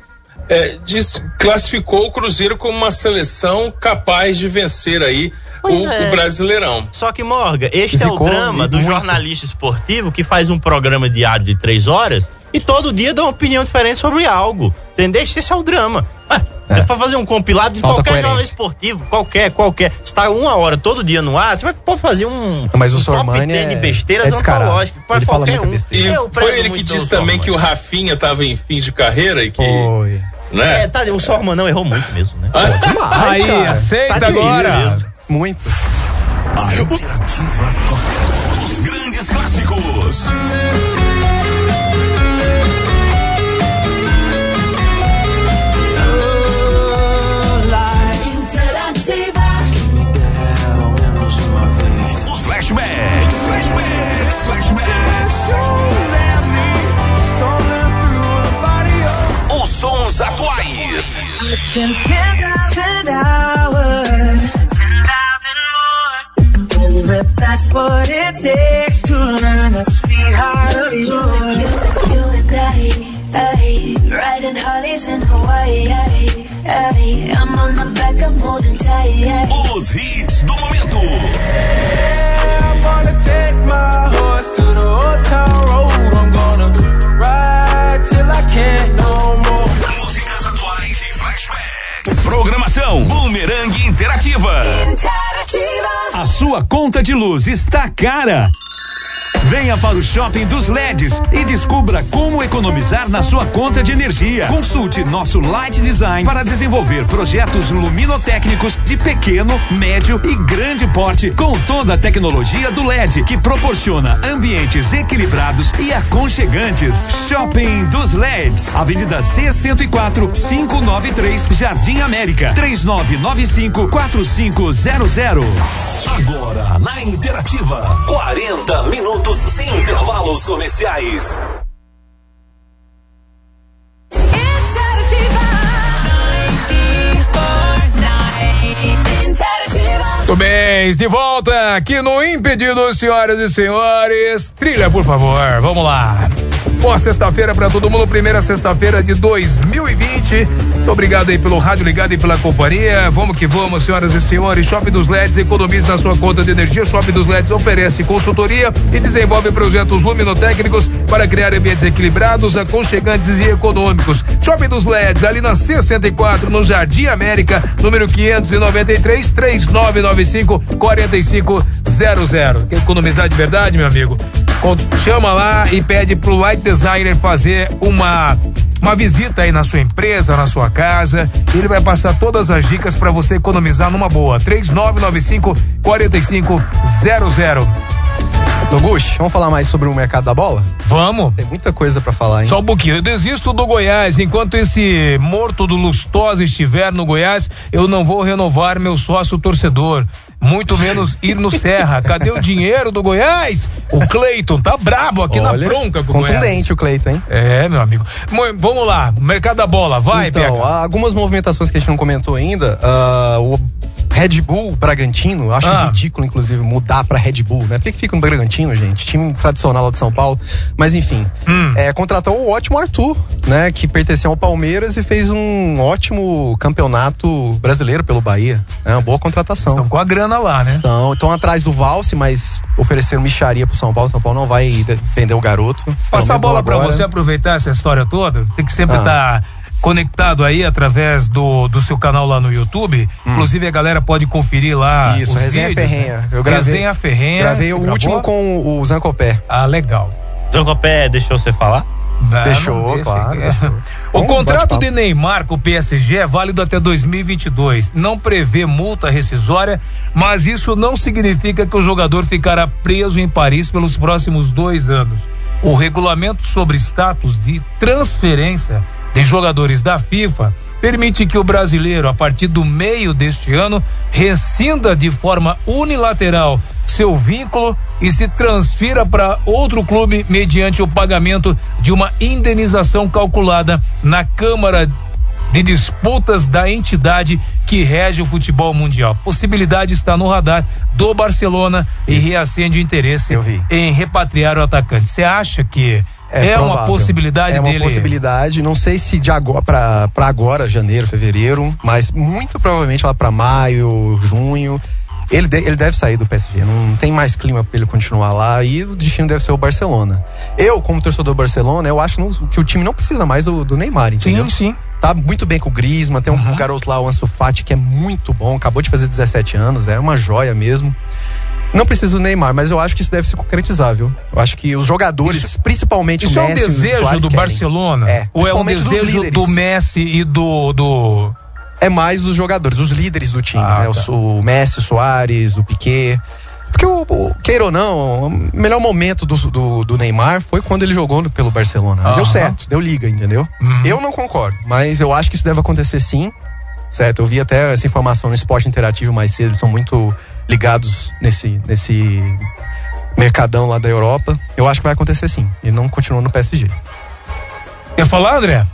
[SPEAKER 4] eh, diz- classificou o Cruzeiro como uma seleção capaz de vencer aí o,
[SPEAKER 2] é.
[SPEAKER 4] o Brasileirão.
[SPEAKER 2] Só que, Morgan, este é o
[SPEAKER 1] Zicou
[SPEAKER 2] drama
[SPEAKER 1] e
[SPEAKER 2] do
[SPEAKER 1] muito.
[SPEAKER 2] jornalista esportivo que faz um programa diário de três horas e todo dia dá uma opinião diferente sobre algo. Entendeu? Esse é o drama. Ué,
[SPEAKER 1] É.
[SPEAKER 2] Pra fazer um compilado de
[SPEAKER 1] Falta
[SPEAKER 2] qualquer
[SPEAKER 1] coerência.
[SPEAKER 2] jornalista esportivo, qualquer, qualquer. Está uma hora todo dia no ar, você vai pode fazer um,
[SPEAKER 1] Mas o
[SPEAKER 2] um top
[SPEAKER 1] Sormani
[SPEAKER 2] 10 de
[SPEAKER 1] é-
[SPEAKER 2] besteiras
[SPEAKER 1] é descarado.
[SPEAKER 2] antológicas para
[SPEAKER 1] Ele fala
[SPEAKER 2] qualquer
[SPEAKER 1] muita
[SPEAKER 2] um.
[SPEAKER 1] besteira.
[SPEAKER 4] E
[SPEAKER 2] Eu prezo
[SPEAKER 4] foi ele que
[SPEAKER 2] muito
[SPEAKER 4] disse
[SPEAKER 2] o
[SPEAKER 4] também
[SPEAKER 2] Sormani.
[SPEAKER 4] que o Rafinha estava em fim de carreira e que.
[SPEAKER 1] Foi.
[SPEAKER 4] Né?
[SPEAKER 2] É, tá, o Sorman não errou muito mesmo, né?
[SPEAKER 4] Ah.
[SPEAKER 1] Demais,
[SPEAKER 3] Aí,
[SPEAKER 1] cara.
[SPEAKER 3] aceita
[SPEAKER 2] Tá difícil
[SPEAKER 3] agora.
[SPEAKER 2] mesmo.
[SPEAKER 1] Muito.
[SPEAKER 5] A Interativa toca os grandes clássicos.
[SPEAKER 6] Interativa,
[SPEAKER 5] Os flashbacks. Flashbacks. Flashbacks. Os sons atuais.
[SPEAKER 6] it's been 10,000 hours, 10,000 more. But that's what it takes to learn the sweetheart of yours.
[SPEAKER 7] Kiss the you and I, I, riding Harleys in Hawaii, I, I, I'm on the back, I'm holding tight, I.
[SPEAKER 5] Os hits do momento. Músicas atuais e flashbacks. Programação Boomerang Interativa.
[SPEAKER 8] A sua conta de luz está cara. Venha para o Shopping dos LEDs e descubra como economizar na sua conta de energia. Consulte nosso Light Design para desenvolver projetos luminotécnicos de pequeno, médio e grande porte com toda a tecnologia do LED que proporciona ambientes equilibrados e aconchegantes. Shopping dos LEDs, Avenida C104, 593, Jardim América, 3995 4500.
[SPEAKER 5] Agora na Interativa, 40 minutos sem intervalos comerciais.
[SPEAKER 3] Muito bem, de volta aqui no Impedidos, senhoras e senhores. Trilha, por favor, vamos lá. Boa sexta-feira pra todo mundo, primeira sexta-feira de 2020. Muito obrigado aí pelo rádio ligado e pela companhia. Vamos que vamos, senhoras e senhores. Shopping dos LEDs, economize na sua conta de energia. Shopping dos LEDs oferece consultoria e desenvolve projetos luminotécnicos para criar ambientes equilibrados, aconchegantes e econômicos. Shopping dos LEDs, ali na 64, no Jardim América, número 593 3995 4500. Quer economizar de verdade, meu amigo? Con- Chama lá e pede pro Light Designer fazer uma uma visita aí na sua empresa, na sua casa. Ele vai passar todas as dicas para você economizar numa boa. 3995 4500.
[SPEAKER 1] Dogush, vamos falar mais sobre o mercado da bola?
[SPEAKER 3] Vamos.
[SPEAKER 1] Tem muita coisa pra falar, hein?
[SPEAKER 3] Só um pouquinho. Eu desisto do Goiás. Enquanto esse morto do Lustosa estiver no Goiás, eu não vou renovar meu sócio torcedor. Muito menos ir no Serra. Cadê o dinheiro do Goiás? O Cleiton tá brabo aqui na
[SPEAKER 1] Olha,
[SPEAKER 3] bronca com o Goiás.
[SPEAKER 1] Contundente o Cleiton, hein?
[SPEAKER 3] É, meu amigo. Mo- Vamos lá. Mercado da bola. Vai,
[SPEAKER 1] então,
[SPEAKER 3] Pega.
[SPEAKER 1] há algumas movimentações que a gente não comentou ainda. ah, o Red Bull Bragantino, eu acho
[SPEAKER 3] Ah.
[SPEAKER 1] ridículo, inclusive, mudar pra Red Bull, né? Por que, que fica no Bragantino, gente? Time tradicional lá de São Paulo. Mas enfim,
[SPEAKER 3] Hum.
[SPEAKER 1] é, contratou o ótimo Arthur, né? Que pertenceu ao Palmeiras e fez um ótimo campeonato brasileiro pelo Bahia. É uma boa contratação.
[SPEAKER 3] Estão com a grana lá, né?
[SPEAKER 1] Estão, estão atrás do Valse, mas ofereceram micharia pro São Paulo. São Paulo não vai de- vender o garoto.
[SPEAKER 3] Passar a bola pra
[SPEAKER 1] agora.
[SPEAKER 3] você aproveitar essa história toda. Você que sempre
[SPEAKER 1] Ah.
[SPEAKER 3] tá conectado aí através do, do seu canal lá no YouTube. Inclusive a galera pode conferir lá
[SPEAKER 1] Hum. Isso,
[SPEAKER 3] Ah, os
[SPEAKER 1] Resenha
[SPEAKER 3] vídeos,
[SPEAKER 1] Ferrenha.
[SPEAKER 3] né?
[SPEAKER 1] Eu gravei-
[SPEAKER 3] Resenha Ferrenha.
[SPEAKER 1] Gravei
[SPEAKER 3] Você
[SPEAKER 1] o
[SPEAKER 3] gravou?
[SPEAKER 1] último com o Zancopé.
[SPEAKER 3] Ah, legal.
[SPEAKER 2] Zancopé deixou você falar?
[SPEAKER 3] Não,
[SPEAKER 1] Deixou,
[SPEAKER 3] Ah, não deixa,
[SPEAKER 1] claro,
[SPEAKER 3] é.
[SPEAKER 1] deixou.
[SPEAKER 3] O
[SPEAKER 1] Bom
[SPEAKER 3] contrato
[SPEAKER 1] bate-papo.
[SPEAKER 3] de Neymar com o PSG é válido até 2022. Não prevê multa rescisória, mas isso não significa que o jogador ficará preso em Paris pelos próximos dois anos. O regulamento sobre status de transferência de jogadores da FIFA permite que o brasileiro, a partir do meio deste ano, rescinda de forma unilateral seu vínculo e se transfira para outro clube mediante o pagamento de uma indenização calculada na Câmara de disputas da entidade que rege o futebol mundial. Possibilidade está no radar do Barcelona e reacende o interesse
[SPEAKER 1] Eu vi.
[SPEAKER 3] em repatriar o atacante. Você acha que é, uma
[SPEAKER 1] provável.
[SPEAKER 3] possibilidade
[SPEAKER 1] É uma
[SPEAKER 3] dele?
[SPEAKER 1] possibilidade. Não sei se de agora pra, pra agora, janeiro, fevereiro, mas muito provavelmente lá pra maio, junho. Ele, de- ele deve sair do PSG. Não tem mais clima pra ele continuar lá. E o destino deve ser o Barcelona. Eu, como torcedor do Barcelona, eu acho não- que o time não precisa mais do, do Neymar, entendeu?
[SPEAKER 3] Sim, sim.
[SPEAKER 1] Tá muito bem com o Griezmann, tem um garoto lá, o Ansu Fati, que é muito bom, acabou de fazer 17 anos, é uma joia mesmo. Não preciso do Neymar, mas eu acho que isso deve se concretizar, viu? Eu acho que os jogadores, principalmente
[SPEAKER 3] Isso
[SPEAKER 1] o
[SPEAKER 3] é um
[SPEAKER 1] Messi, e o
[SPEAKER 3] desejo
[SPEAKER 1] Suárez
[SPEAKER 3] do
[SPEAKER 1] querem.
[SPEAKER 3] Barcelona?
[SPEAKER 1] É,
[SPEAKER 3] Ou é um
[SPEAKER 1] principalmente dos
[SPEAKER 3] desejo do
[SPEAKER 1] líderes.
[SPEAKER 3] Messi e do. do...
[SPEAKER 1] É mais dos jogadores, os líderes do time,
[SPEAKER 3] Ah,
[SPEAKER 1] né? O
[SPEAKER 3] tá.
[SPEAKER 1] Su- O Messi, o Soares, o Piquet. Porque, o, o- queira ou não, o melhor momento do, do, do Neymar foi quando ele jogou no- pelo Barcelona. Deu
[SPEAKER 3] Aham. Uhum.
[SPEAKER 1] certo, deu liga, entendeu? Eu não concordo, mas eu acho que isso deve acontecer sim. Certo, eu vi até essa informação no esporte interativo mais cedo, eles são muito ligados nesse, nesse mercadão lá da Europa. Eu acho que vai acontecer sim. Ele não continua no PSG.
[SPEAKER 3] Quer falar, André?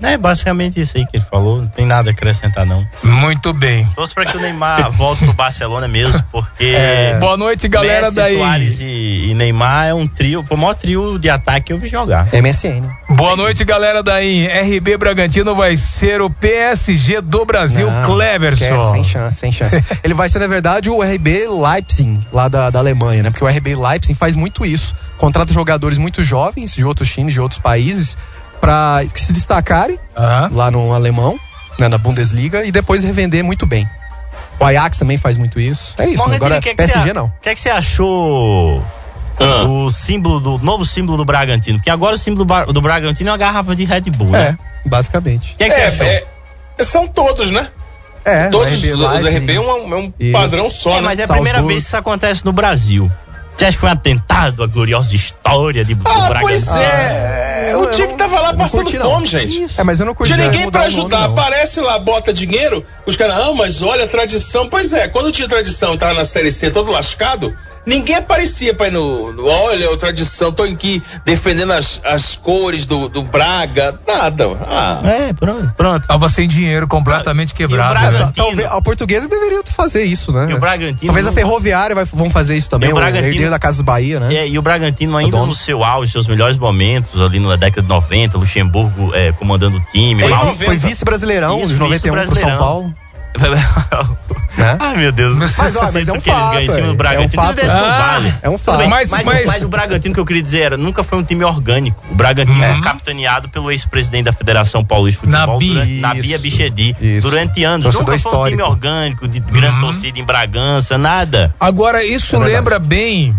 [SPEAKER 2] É basicamente isso aí que ele falou. Não tem nada a acrescentar, não.
[SPEAKER 3] Muito bem.
[SPEAKER 2] Torço pra que o Neymar volte pro Barcelona mesmo, porque.
[SPEAKER 1] É.
[SPEAKER 3] Boa noite, galera
[SPEAKER 2] Messi,
[SPEAKER 3] daí.
[SPEAKER 2] Soares e, e Neymar é um trio, foi o maior trio de ataque que eu vi
[SPEAKER 1] É
[SPEAKER 2] jogar.
[SPEAKER 1] MSN.
[SPEAKER 3] Boa noite, galera da IN. RB Bragantino vai ser o PSG do Brasil,
[SPEAKER 1] Não, esquece,
[SPEAKER 3] Cleverson.
[SPEAKER 1] Sem chance, sem chance. Ele vai ser, na verdade, o RB Leipzig, lá da, da Alemanha, né? Porque o RB Leipzig faz muito isso. Contrata jogadores muito jovens de outros times, de outros países, para que se destacarem
[SPEAKER 3] Aham.
[SPEAKER 1] lá no alemão, né, na Bundesliga, e depois revender muito bem. O Ajax também faz muito isso. É isso.
[SPEAKER 2] Morgan,
[SPEAKER 1] Agora,
[SPEAKER 2] o que é que
[SPEAKER 1] PSG
[SPEAKER 2] você a-
[SPEAKER 1] não.
[SPEAKER 2] O que é que você achou
[SPEAKER 4] Ah.
[SPEAKER 2] o símbolo do novo símbolo do Bragantino? Porque agora o símbolo do, Ba- do Bragantino é uma garrafa de Red Bull, né?
[SPEAKER 1] É, basicamente.
[SPEAKER 2] O que é que você achou?
[SPEAKER 4] É, é- são todos, né?
[SPEAKER 1] É,
[SPEAKER 4] Todos
[SPEAKER 1] o
[SPEAKER 4] os, os
[SPEAKER 1] Leipzig-
[SPEAKER 4] RB é um, é um
[SPEAKER 1] Isso.
[SPEAKER 4] padrão só,
[SPEAKER 2] É,
[SPEAKER 4] né?
[SPEAKER 2] mas é a
[SPEAKER 1] Salzburgo.
[SPEAKER 2] primeira vez que isso acontece no Brasil. Você acha que foi um atentado à gloriosa história de, do
[SPEAKER 4] Ah,
[SPEAKER 2] Bragantino?
[SPEAKER 4] pois é.
[SPEAKER 1] Ah, eu
[SPEAKER 4] o
[SPEAKER 1] não-
[SPEAKER 4] time tava lá
[SPEAKER 1] não
[SPEAKER 4] passando
[SPEAKER 1] curti, não.
[SPEAKER 4] fome, gente.
[SPEAKER 1] É, mas eu não curti.
[SPEAKER 4] Tinha ninguém
[SPEAKER 1] mudar
[SPEAKER 4] pra
[SPEAKER 1] o nome,
[SPEAKER 4] ajudar.
[SPEAKER 1] não.
[SPEAKER 4] Aparece lá, bota dinheiro, os caras, ah, mas olha a tradição. Pois é, quando tinha tradição e tava na Série C todo lascado, ninguém aparecia pra ir no. no- olha, a tradição, tô aqui defendendo as, as cores do, do Braga. Nada. Ah,
[SPEAKER 2] É, pronto, pronto.
[SPEAKER 3] Tava sem Ah, dinheiro, completamente quebrado.
[SPEAKER 2] Ah, Braga-
[SPEAKER 3] né?
[SPEAKER 1] Tá- Talvez a portuguesa deveria fazer isso, né?
[SPEAKER 2] E o Bragantino-
[SPEAKER 1] Talvez a ferroviária vai, vão fazer isso também.
[SPEAKER 2] E o
[SPEAKER 1] O,
[SPEAKER 2] Bragantino-
[SPEAKER 1] herdeiro da Casa Bahia, né?
[SPEAKER 2] É, e o Bragantino ainda
[SPEAKER 1] dono.
[SPEAKER 2] no seu auge, seus melhores momentos ali na década de 90, Luxemburgo é, comandando o time.
[SPEAKER 1] Foi-
[SPEAKER 2] Mauro-
[SPEAKER 1] foi vice-brasileirão
[SPEAKER 2] então. Isso,
[SPEAKER 1] de 91 pro São
[SPEAKER 2] vice-brasileirão.
[SPEAKER 1] Paulo. Né?
[SPEAKER 2] Ai, meu Deus.
[SPEAKER 3] Mas,
[SPEAKER 1] ó, mas
[SPEAKER 2] Sempre
[SPEAKER 1] é um
[SPEAKER 2] que eles
[SPEAKER 1] fato,
[SPEAKER 2] ganham em cima do
[SPEAKER 1] é.
[SPEAKER 2] Bragantino.
[SPEAKER 1] É um
[SPEAKER 2] Tudo
[SPEAKER 1] fato.
[SPEAKER 2] isso não
[SPEAKER 3] Ah,
[SPEAKER 2] vale.
[SPEAKER 1] é um
[SPEAKER 2] Tudo
[SPEAKER 1] fato.
[SPEAKER 2] bem, Mas,
[SPEAKER 3] Mas- mas-
[SPEAKER 2] mas o Bragantino que eu queria dizer era, nunca foi um time orgânico. O Bragantino
[SPEAKER 1] Uhum.
[SPEAKER 2] foi capitaneado pelo ex-presidente da Federação Paulista de Futebol,
[SPEAKER 3] Nabi.
[SPEAKER 2] durante- Nabi
[SPEAKER 1] Isso.
[SPEAKER 2] Abichedi.
[SPEAKER 1] Isso.
[SPEAKER 2] Durante anos.
[SPEAKER 1] Torcedor
[SPEAKER 2] nunca foi um time
[SPEAKER 1] histórico. Uhum.
[SPEAKER 2] orgânico, de grande torcida em Bragança, nada.
[SPEAKER 3] Agora, isso
[SPEAKER 2] É
[SPEAKER 1] verdade.
[SPEAKER 3] lembra bem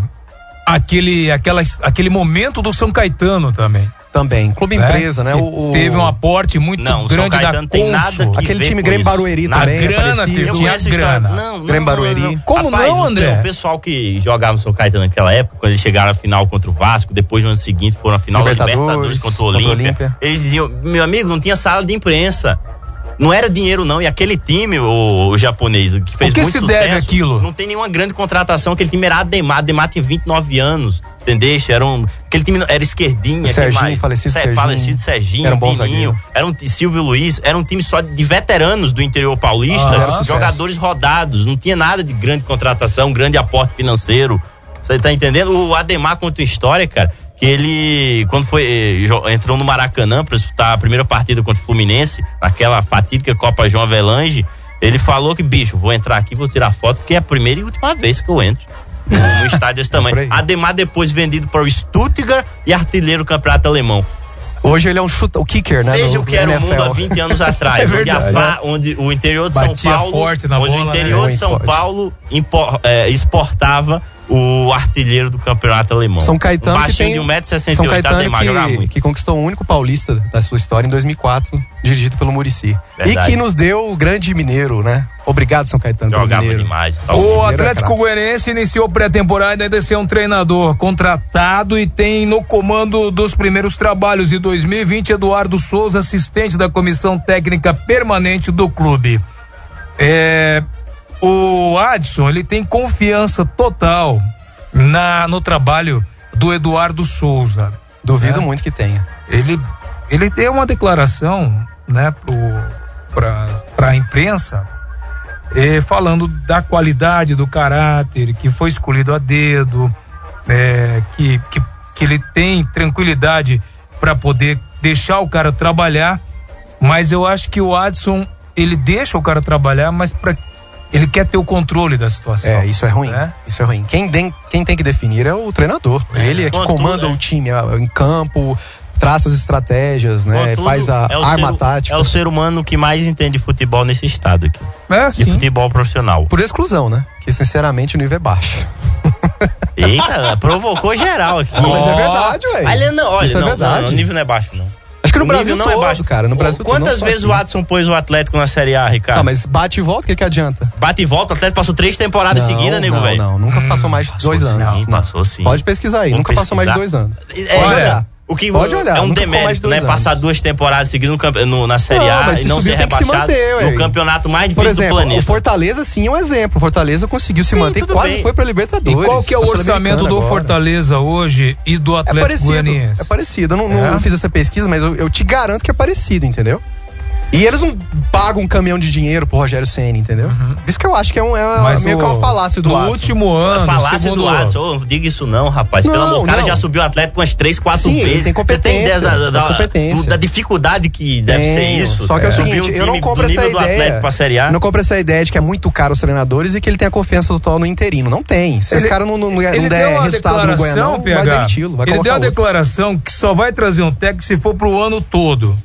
[SPEAKER 3] aquele, aquela, aquele momento do São Caetano também. né?
[SPEAKER 1] Também. Clube
[SPEAKER 2] É.
[SPEAKER 1] Empresa, né?
[SPEAKER 3] Que
[SPEAKER 1] O, o-
[SPEAKER 3] Teve um aporte muito
[SPEAKER 2] Não, o São
[SPEAKER 3] grande da
[SPEAKER 2] Caetano tem
[SPEAKER 3] Consul.
[SPEAKER 2] nada que-
[SPEAKER 1] Aquele
[SPEAKER 2] vê
[SPEAKER 1] time
[SPEAKER 2] com
[SPEAKER 1] Grêmio
[SPEAKER 2] isso.
[SPEAKER 1] Barueri
[SPEAKER 3] Na
[SPEAKER 1] também.
[SPEAKER 3] grana,
[SPEAKER 1] aparecia.
[SPEAKER 3] teve-
[SPEAKER 2] Eu
[SPEAKER 3] Tinha
[SPEAKER 2] conheço a história.
[SPEAKER 3] grana.
[SPEAKER 2] Não, não,
[SPEAKER 1] Grêmio
[SPEAKER 2] não,
[SPEAKER 1] Barueri.
[SPEAKER 2] não.
[SPEAKER 3] Como
[SPEAKER 2] Rapaz,
[SPEAKER 3] não,
[SPEAKER 2] o-
[SPEAKER 3] André?
[SPEAKER 2] O pessoal que jogava no São Caetano naquela época, quando eles chegaram à final contra o Vasco, depois no ano seguinte foram à final da
[SPEAKER 1] Libertadores,
[SPEAKER 2] Libertadores contra o
[SPEAKER 1] contra o
[SPEAKER 2] Olímpia.
[SPEAKER 1] Olímpia.
[SPEAKER 2] Eles diziam, meu amigo, não tinha sala de imprensa. Não era dinheiro, não. E aquele time, o, o japonês, que fez
[SPEAKER 3] O que
[SPEAKER 2] muito
[SPEAKER 3] se deve
[SPEAKER 2] sucesso,
[SPEAKER 3] aquilo?
[SPEAKER 2] Não tem nenhuma grande contratação. Aquele time era Ademar. Ademar tinha 29 anos. Entendeu? Era um, aquele time não- era esquerdinha.
[SPEAKER 1] O
[SPEAKER 2] aquele
[SPEAKER 1] Serginho,
[SPEAKER 2] mais-
[SPEAKER 1] falecido
[SPEAKER 2] Sé-
[SPEAKER 1] Serginho.
[SPEAKER 2] Falecido Serginho,
[SPEAKER 1] Era um bom
[SPEAKER 2] Pininho,
[SPEAKER 1] zagueiro.
[SPEAKER 2] era um t- Silvio Luiz, era um time só de veteranos do interior paulista,
[SPEAKER 1] Fizeram sucesso.
[SPEAKER 2] jogadores rodados, não tinha nada de grande contratação, um grande aporte financeiro. Você tá entendendo? O Ademar conta uma história, cara, que ele quando foi eh, jo- entrou no Maracanã para disputar a primeira partida contra o Fluminense, naquela fatídica Copa João Avelange, ele falou que bicho, vou entrar aqui, vou tirar foto, porque é a primeira e última vez que eu entro. no- No estádio desse
[SPEAKER 1] por
[SPEAKER 2] tamanho.
[SPEAKER 1] aí.
[SPEAKER 2] Ademar depois vendido para o Stuttgart e artilheiro do campeonato alemão.
[SPEAKER 1] Hoje ele é um chuta, o kicker, né?
[SPEAKER 2] Veja
[SPEAKER 1] do-
[SPEAKER 2] o que
[SPEAKER 1] do
[SPEAKER 2] era o
[SPEAKER 1] NFL.
[SPEAKER 2] mundo há 20 anos atrás.
[SPEAKER 3] É
[SPEAKER 2] onde, a
[SPEAKER 3] verdade.
[SPEAKER 1] né?
[SPEAKER 2] fa- onde o interior de São
[SPEAKER 3] Batia
[SPEAKER 2] Paulo.
[SPEAKER 3] forte na
[SPEAKER 2] onde
[SPEAKER 3] bola,
[SPEAKER 2] o
[SPEAKER 3] né?
[SPEAKER 2] interior de
[SPEAKER 1] Muito
[SPEAKER 2] São
[SPEAKER 1] forte.
[SPEAKER 2] Paulo impor- eh, é, exportava o artilheiro do campeonato alemão.
[SPEAKER 1] São Caetano
[SPEAKER 2] Um
[SPEAKER 1] que
[SPEAKER 2] baixinho
[SPEAKER 1] tem-
[SPEAKER 2] de 1,68m,
[SPEAKER 1] São Caetano
[SPEAKER 2] Ademar, joga
[SPEAKER 1] que, é
[SPEAKER 2] muito.
[SPEAKER 1] que conquistou o único paulista da sua história em 2004, dirigido pelo Murici. E
[SPEAKER 2] Verdade.
[SPEAKER 1] que nos deu o grande mineiro, né? Obrigado, São Caetano, pelo
[SPEAKER 2] Jogava
[SPEAKER 1] mineiro.
[SPEAKER 2] demais. Então,
[SPEAKER 3] O
[SPEAKER 1] Primeiro é
[SPEAKER 3] Atlético
[SPEAKER 1] craque.
[SPEAKER 3] Goianiense iniciou pré-temporada ainda ser um treinador contratado e tem no comando dos primeiros trabalhos de 2020 Eduardo Souza, assistente da comissão técnica permanente do clube. É, o Adson, ele tem confiança total na no trabalho do Eduardo Souza.
[SPEAKER 2] né?
[SPEAKER 1] Duvido muito que tenha.
[SPEAKER 3] Ele ele deu uma declaração, né, pro pra, pra imprensa eh, falando da qualidade do caráter, que foi escolhido a dedo, eh, que, que, que ele tem tranquilidade para poder deixar o cara trabalhar, mas eu acho que o Adson, ele deixa o cara trabalhar, mas pra, ele quer ter o controle da situação.
[SPEAKER 1] É, isso é ruim.
[SPEAKER 3] né?
[SPEAKER 1] Isso é ruim. Quem, tem- quem tem que definir é o treinador. né? Ele é que
[SPEAKER 2] Contudo,
[SPEAKER 1] comanda
[SPEAKER 2] é.
[SPEAKER 1] o time ah, em campo, traça as estratégias, né?
[SPEAKER 2] Contudo,
[SPEAKER 1] Faz a
[SPEAKER 2] é o
[SPEAKER 1] arma
[SPEAKER 2] ser-
[SPEAKER 1] tática.
[SPEAKER 2] É o ser humano que mais entende futebol nesse estado aqui.
[SPEAKER 3] É,
[SPEAKER 2] De
[SPEAKER 3] sim.
[SPEAKER 2] futebol profissional.
[SPEAKER 1] Por exclusão, né? Que sinceramente o nível é baixo.
[SPEAKER 2] Eita, provocou geral aqui.
[SPEAKER 1] Mas é verdade, ué.
[SPEAKER 2] Olha, não, olha,
[SPEAKER 1] Isso é
[SPEAKER 2] não, não,
[SPEAKER 1] verdade.
[SPEAKER 2] não, o nível não é baixo, não.
[SPEAKER 1] Acho que no
[SPEAKER 2] O
[SPEAKER 1] Brasil
[SPEAKER 2] nível
[SPEAKER 1] não é baixo, cara. No Brasil todo, não
[SPEAKER 2] Quantas
[SPEAKER 1] só
[SPEAKER 2] vezes
[SPEAKER 1] aqui.
[SPEAKER 2] o Watson pôs o Atlético na Série A, Ricardo?
[SPEAKER 1] Não, mas bate e volta, o que, que adianta?
[SPEAKER 2] Bate e volta, o Atlético passou três temporadas seguidas, nego,
[SPEAKER 1] não,
[SPEAKER 2] velho. Hum,
[SPEAKER 1] Não, nunca passou mais de
[SPEAKER 2] passou
[SPEAKER 1] dois
[SPEAKER 2] sim,
[SPEAKER 1] anos. Não.
[SPEAKER 2] passou sim.
[SPEAKER 1] Pode pesquisar aí,
[SPEAKER 2] Vamos
[SPEAKER 1] nunca passou mais de dois
[SPEAKER 2] pesquisar.
[SPEAKER 1] anos.
[SPEAKER 2] É,
[SPEAKER 1] Pode
[SPEAKER 2] olha,
[SPEAKER 1] olhar.
[SPEAKER 2] O que
[SPEAKER 1] Pode olhar,
[SPEAKER 2] é um
[SPEAKER 1] nunca ficou mais de
[SPEAKER 2] demérito,
[SPEAKER 1] dois
[SPEAKER 2] né?
[SPEAKER 1] anos.
[SPEAKER 2] Passar duas temporadas seguidas no campe- no- na Série
[SPEAKER 1] Não,
[SPEAKER 2] A
[SPEAKER 1] mas
[SPEAKER 2] e
[SPEAKER 1] se
[SPEAKER 2] não
[SPEAKER 1] subir
[SPEAKER 2] ser
[SPEAKER 1] tem que se
[SPEAKER 2] rebaixado
[SPEAKER 1] manter, ué.
[SPEAKER 2] no campeonato mais
[SPEAKER 1] Por
[SPEAKER 2] difícil do
[SPEAKER 1] exemplo, o
[SPEAKER 2] planeta.
[SPEAKER 1] Fortaleza sim é um exemplo. O Fortaleza conseguiu se
[SPEAKER 2] Sim,
[SPEAKER 1] manter,
[SPEAKER 2] tudo
[SPEAKER 1] quase
[SPEAKER 2] bem.
[SPEAKER 1] foi pra
[SPEAKER 3] E
[SPEAKER 1] Libertadores.
[SPEAKER 3] qual que é o
[SPEAKER 1] pra
[SPEAKER 3] orçamento do
[SPEAKER 1] Sul-Americana agora.
[SPEAKER 3] Fortaleza hoje e do
[SPEAKER 1] É
[SPEAKER 3] Atlético
[SPEAKER 1] parecido.
[SPEAKER 3] Goianiense?
[SPEAKER 1] É parecido. Eu não, não
[SPEAKER 3] É?
[SPEAKER 1] fiz essa pesquisa, mas eu, eu te garanto que é parecido, entendeu? E eles não pagam um caminhão de dinheiro pro Rogério Senna, entendeu?
[SPEAKER 3] Uhum.
[SPEAKER 1] Isso que eu acho que é, um, é uma- meio que é uma falácia do
[SPEAKER 3] no
[SPEAKER 1] Watson.
[SPEAKER 3] último ano,
[SPEAKER 2] Falácia
[SPEAKER 3] segundo
[SPEAKER 2] do Watson, Ô, não diga isso não, rapaz. Pelo
[SPEAKER 1] Não,
[SPEAKER 2] amor, o cara
[SPEAKER 1] não.
[SPEAKER 2] já subiu o Atlético umas três, quatro
[SPEAKER 1] Sim, ele
[SPEAKER 2] vezes.
[SPEAKER 1] tem
[SPEAKER 2] Você tem ideia da, da-
[SPEAKER 1] competência,
[SPEAKER 2] da-
[SPEAKER 1] tem competência.
[SPEAKER 2] do- da dificuldade que deve
[SPEAKER 1] Tenho.
[SPEAKER 2] ser isso?
[SPEAKER 1] Só que é, o
[SPEAKER 2] Subir
[SPEAKER 1] seguinte,
[SPEAKER 2] um time
[SPEAKER 1] eu não compro
[SPEAKER 2] do
[SPEAKER 1] essa
[SPEAKER 2] nível do Atlético
[SPEAKER 1] ideia.
[SPEAKER 2] pra Série A.
[SPEAKER 1] Não compro essa ideia de que é muito caro os treinadores e que ele tem a confiança total no interino. Não tem. Se esse
[SPEAKER 3] Ele-
[SPEAKER 1] cara não, não, não
[SPEAKER 3] Ele deu
[SPEAKER 1] der
[SPEAKER 3] uma
[SPEAKER 1] resultado no Goiânia,
[SPEAKER 3] declaração,
[SPEAKER 1] não,
[SPEAKER 3] PH.
[SPEAKER 1] vai demiti-lo. Vai
[SPEAKER 3] ele
[SPEAKER 1] colocar
[SPEAKER 3] deu uma
[SPEAKER 1] outro.
[SPEAKER 3] declaração que só vai trazer um técnico se for pro ano todo.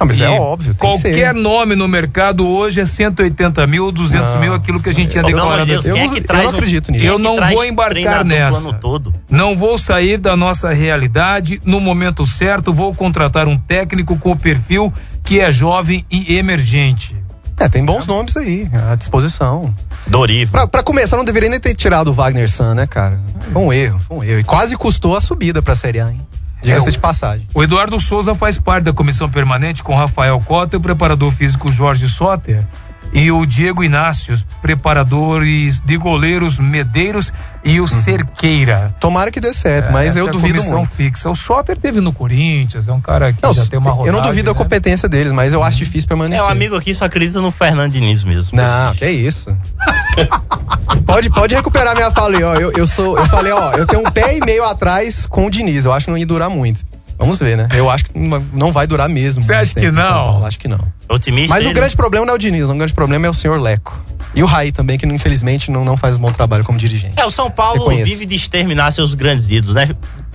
[SPEAKER 1] Ah, mas
[SPEAKER 3] E
[SPEAKER 1] é óbvio. Tem que ser.
[SPEAKER 3] Qualquer nome no mercado hoje é 180 mil, 200 mil, aquilo que a gente tinha
[SPEAKER 2] Pelo amor de
[SPEAKER 3] declarado.
[SPEAKER 2] Deus,
[SPEAKER 1] Eu
[SPEAKER 2] quem é
[SPEAKER 1] não-
[SPEAKER 2] que
[SPEAKER 1] eu não
[SPEAKER 2] traz um-
[SPEAKER 1] acredito nisso.
[SPEAKER 2] quem é
[SPEAKER 3] Eu
[SPEAKER 2] que
[SPEAKER 3] não
[SPEAKER 2] traz
[SPEAKER 3] vou embarcar
[SPEAKER 2] treinador pro
[SPEAKER 3] nessa.
[SPEAKER 2] ano todo?
[SPEAKER 3] Não vou sair da nossa realidade no momento certo, vou contratar um técnico com o perfil que é jovem e emergente.
[SPEAKER 1] É, tem bons nomes aí à disposição.
[SPEAKER 2] Dorival.
[SPEAKER 1] Pra, pra começar, não deveria nem ter tirado o Wagner San, né, cara? Foi um erro, foi um erro. E quase custou a subida pra Série A, hein? Diga-se
[SPEAKER 3] É, o-
[SPEAKER 1] de passagem.
[SPEAKER 3] O Eduardo Souza faz parte da comissão permanente com Rafael Cota e o preparador físico Jorge Soter e o Diego Inácio, preparadores de goleiros Medeiros e o Cerqueira.
[SPEAKER 1] Tomara que dê certo, Uhum. mas
[SPEAKER 3] Essa é
[SPEAKER 1] eu
[SPEAKER 3] a
[SPEAKER 1] duvido
[SPEAKER 3] comissão
[SPEAKER 1] muito.
[SPEAKER 3] fixa. O Soter teve no Corinthians, é um cara que já tem uma
[SPEAKER 1] eu
[SPEAKER 3] rodagem,
[SPEAKER 1] não duvido a
[SPEAKER 3] né?
[SPEAKER 1] competência deles, mas eu acho difícil permanecer.
[SPEAKER 2] É, um amigo aqui só acredita no Fernando Diniz mesmo.
[SPEAKER 1] Não, que isso. pode, pode recuperar minha fala aí, ó. Eu, eu, sou, eu falei, ó, eu tenho um pé e meio atrás com o Diniz. Eu acho que não ia durar muito. Vamos ver, né? Eu acho que não- não vai durar mesmo.
[SPEAKER 3] Você
[SPEAKER 1] muito
[SPEAKER 3] acha que
[SPEAKER 1] tempo em São
[SPEAKER 3] não?
[SPEAKER 1] Paulo. Acho que não.
[SPEAKER 2] É Otimista.
[SPEAKER 1] Mas o
[SPEAKER 2] ele-
[SPEAKER 1] grande problema não é o Diniz, o grande problema é o senhor Leco. E o Raí também, que infelizmente não, não faz um bom trabalho como dirigente.
[SPEAKER 2] É, o São Paulo
[SPEAKER 1] Reconheço.
[SPEAKER 2] vive de exterminar seus grandes ídolos, né?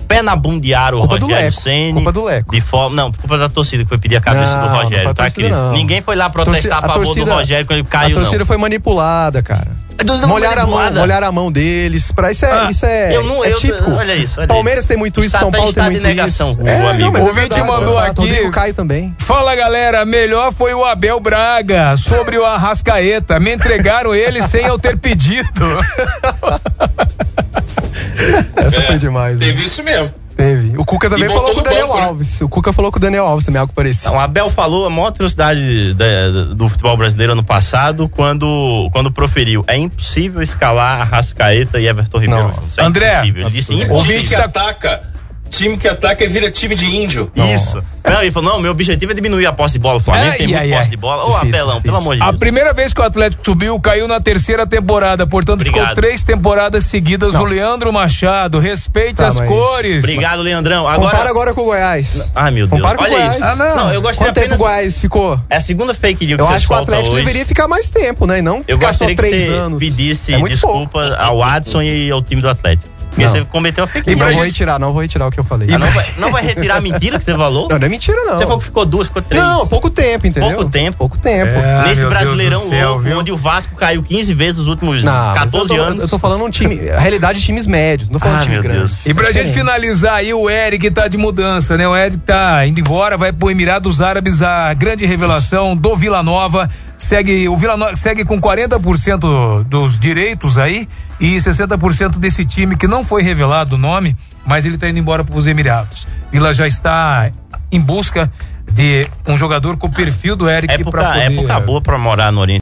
[SPEAKER 2] Pé na bunda de ar o
[SPEAKER 1] Culpa do
[SPEAKER 2] Rogério
[SPEAKER 1] Leco,
[SPEAKER 2] Ceni.
[SPEAKER 1] culpa do Leco.
[SPEAKER 2] De forma, não, culpa da torcida que foi pedir a cabeça
[SPEAKER 1] Não,
[SPEAKER 2] do
[SPEAKER 1] não foi
[SPEAKER 2] Rogério,
[SPEAKER 1] a
[SPEAKER 2] tá,
[SPEAKER 1] torcida,
[SPEAKER 2] querido?
[SPEAKER 1] não.
[SPEAKER 2] Ninguém foi lá protestar a,
[SPEAKER 1] Torci-
[SPEAKER 2] favor do Rogério quando ele caiu,
[SPEAKER 1] A torcida
[SPEAKER 2] não. É
[SPEAKER 1] foi manipulada, cara.
[SPEAKER 2] torcida foi
[SPEAKER 1] Molharam a, mão,
[SPEAKER 2] manipulada.
[SPEAKER 1] molharam a mão deles. Pra, isso é,
[SPEAKER 2] Ah,
[SPEAKER 1] isso é,
[SPEAKER 2] eu não-
[SPEAKER 1] é
[SPEAKER 2] eu-
[SPEAKER 1] típico.
[SPEAKER 2] olha isso, olha
[SPEAKER 1] Palmeiras
[SPEAKER 2] isso.
[SPEAKER 1] tem muito isso,
[SPEAKER 2] Está-
[SPEAKER 1] São
[SPEAKER 2] tá-
[SPEAKER 1] Paulo
[SPEAKER 2] está
[SPEAKER 1] tem muito
[SPEAKER 2] de negação,
[SPEAKER 1] isso. É,
[SPEAKER 2] o amigo.
[SPEAKER 1] mas
[SPEAKER 2] O
[SPEAKER 3] ouvinte
[SPEAKER 1] verdade,
[SPEAKER 3] mandou
[SPEAKER 1] é verdade.
[SPEAKER 3] aqui-
[SPEAKER 1] Rodrigo Caio também.
[SPEAKER 3] Fala galera, melhor foi o Abel Braga sobre o Arrascaeta. Me entregaram ele sem eu ter pedido.
[SPEAKER 1] Essa
[SPEAKER 2] É.
[SPEAKER 1] foi demais. né?
[SPEAKER 4] É, Teve isso mesmo.
[SPEAKER 1] Teve. O Cuca também
[SPEAKER 4] E
[SPEAKER 1] falou
[SPEAKER 4] botou
[SPEAKER 1] com o
[SPEAKER 4] no
[SPEAKER 1] Daniel
[SPEAKER 4] banco, né?
[SPEAKER 1] Alves. O Cuca falou com o Daniel Alves também, algo parecido.
[SPEAKER 2] Não, a Então, Abel falou a maior atrocidade da- do futebol brasileiro ano passado quando, quando proferiu. É impossível escalar Arrascaeta e Everton Ribeiro.
[SPEAKER 1] Nossa.
[SPEAKER 2] juntos. É
[SPEAKER 3] André,
[SPEAKER 2] impossível. Ele disse
[SPEAKER 3] absurdo.
[SPEAKER 2] impossível.
[SPEAKER 4] Time que ataca. Time que ataca e vira time de índio.
[SPEAKER 2] Isso. Não, ele falou: não, meu objetivo é diminuir a posse de bola. O Flamengo
[SPEAKER 3] Ai,
[SPEAKER 2] tem muito
[SPEAKER 3] ai,
[SPEAKER 2] posse
[SPEAKER 3] ai.
[SPEAKER 2] de bola. Ô,
[SPEAKER 1] Difícil,
[SPEAKER 2] Abelão,
[SPEAKER 1] difícil.
[SPEAKER 2] pelo amor de
[SPEAKER 3] A
[SPEAKER 2] Deus.
[SPEAKER 3] primeira vez que o Atlético subiu, caiu na terceira temporada. Portanto, ficou
[SPEAKER 2] Obrigado.
[SPEAKER 3] três temporadas seguidas. O Leandro Machado, respeite
[SPEAKER 1] Tá,
[SPEAKER 3] as
[SPEAKER 1] mas-
[SPEAKER 3] cores.
[SPEAKER 2] Obrigado, Leandrão.
[SPEAKER 1] Compara
[SPEAKER 2] Agora.
[SPEAKER 1] agora com o Goiás.
[SPEAKER 2] Ah, meu Deus.
[SPEAKER 1] Compara com o
[SPEAKER 2] Olha
[SPEAKER 1] Goiás.
[SPEAKER 2] isso.
[SPEAKER 3] Ah, não.
[SPEAKER 2] eu gostei
[SPEAKER 1] Quanto tempo o
[SPEAKER 2] apenas.
[SPEAKER 1] Goiás ficou?
[SPEAKER 2] É a segunda fake news que
[SPEAKER 1] Eu
[SPEAKER 2] vocês
[SPEAKER 1] acho que o
[SPEAKER 2] soltam
[SPEAKER 1] Atlético
[SPEAKER 2] hoje.
[SPEAKER 1] deveria ficar mais tempo, né? E não
[SPEAKER 2] Eu
[SPEAKER 1] ficar só
[SPEAKER 2] gostaria que
[SPEAKER 1] três
[SPEAKER 2] você
[SPEAKER 1] anos.
[SPEAKER 2] pedisse
[SPEAKER 1] É muito
[SPEAKER 2] desculpa ao Watson e ao time do Atlético. Porque
[SPEAKER 1] Não.
[SPEAKER 2] você cometeu a fake
[SPEAKER 1] E
[SPEAKER 2] news.
[SPEAKER 1] não
[SPEAKER 3] pra
[SPEAKER 1] vou
[SPEAKER 3] gente-
[SPEAKER 1] retirar, não vou retirar o que eu falei.
[SPEAKER 2] Ah,
[SPEAKER 1] não,
[SPEAKER 2] não, vai, não vai retirar a mentira que você falou?
[SPEAKER 1] não, não é mentira, não.
[SPEAKER 2] Você falou que ficou duas, ficou três.
[SPEAKER 1] Não, pouco tempo, entendeu?
[SPEAKER 2] Pouco tempo.
[SPEAKER 1] Pouco tempo.
[SPEAKER 3] É. Ah,
[SPEAKER 2] Nesse
[SPEAKER 3] meu Deus
[SPEAKER 2] brasileirão
[SPEAKER 3] do céu,
[SPEAKER 2] louco,
[SPEAKER 3] viu?
[SPEAKER 2] onde o Vasco caiu 15 vezes nos últimos
[SPEAKER 1] Não, mas
[SPEAKER 2] 14
[SPEAKER 1] eu tô,
[SPEAKER 2] anos.
[SPEAKER 1] Eu tô falando um time. A realidade, times médios. Não tô falando
[SPEAKER 2] Ah,
[SPEAKER 1] time
[SPEAKER 2] meu
[SPEAKER 1] grande.
[SPEAKER 2] Deus.
[SPEAKER 3] E pra gente
[SPEAKER 1] Diferente.
[SPEAKER 3] finalizar aí, o Eric tá de mudança, né? O Eric tá indo embora, vai pro Emirados Árabes, a grande revelação do Vila Nova. Segue, o Vila Nova segue com 40% dos direitos aí e 60% desse time que não foi revelado o nome, mas ele tá indo embora pros Emirados. Vila já está em busca de um jogador com o perfil do Eric pra
[SPEAKER 1] é.
[SPEAKER 2] Época, época é boa pra morar no Oriente.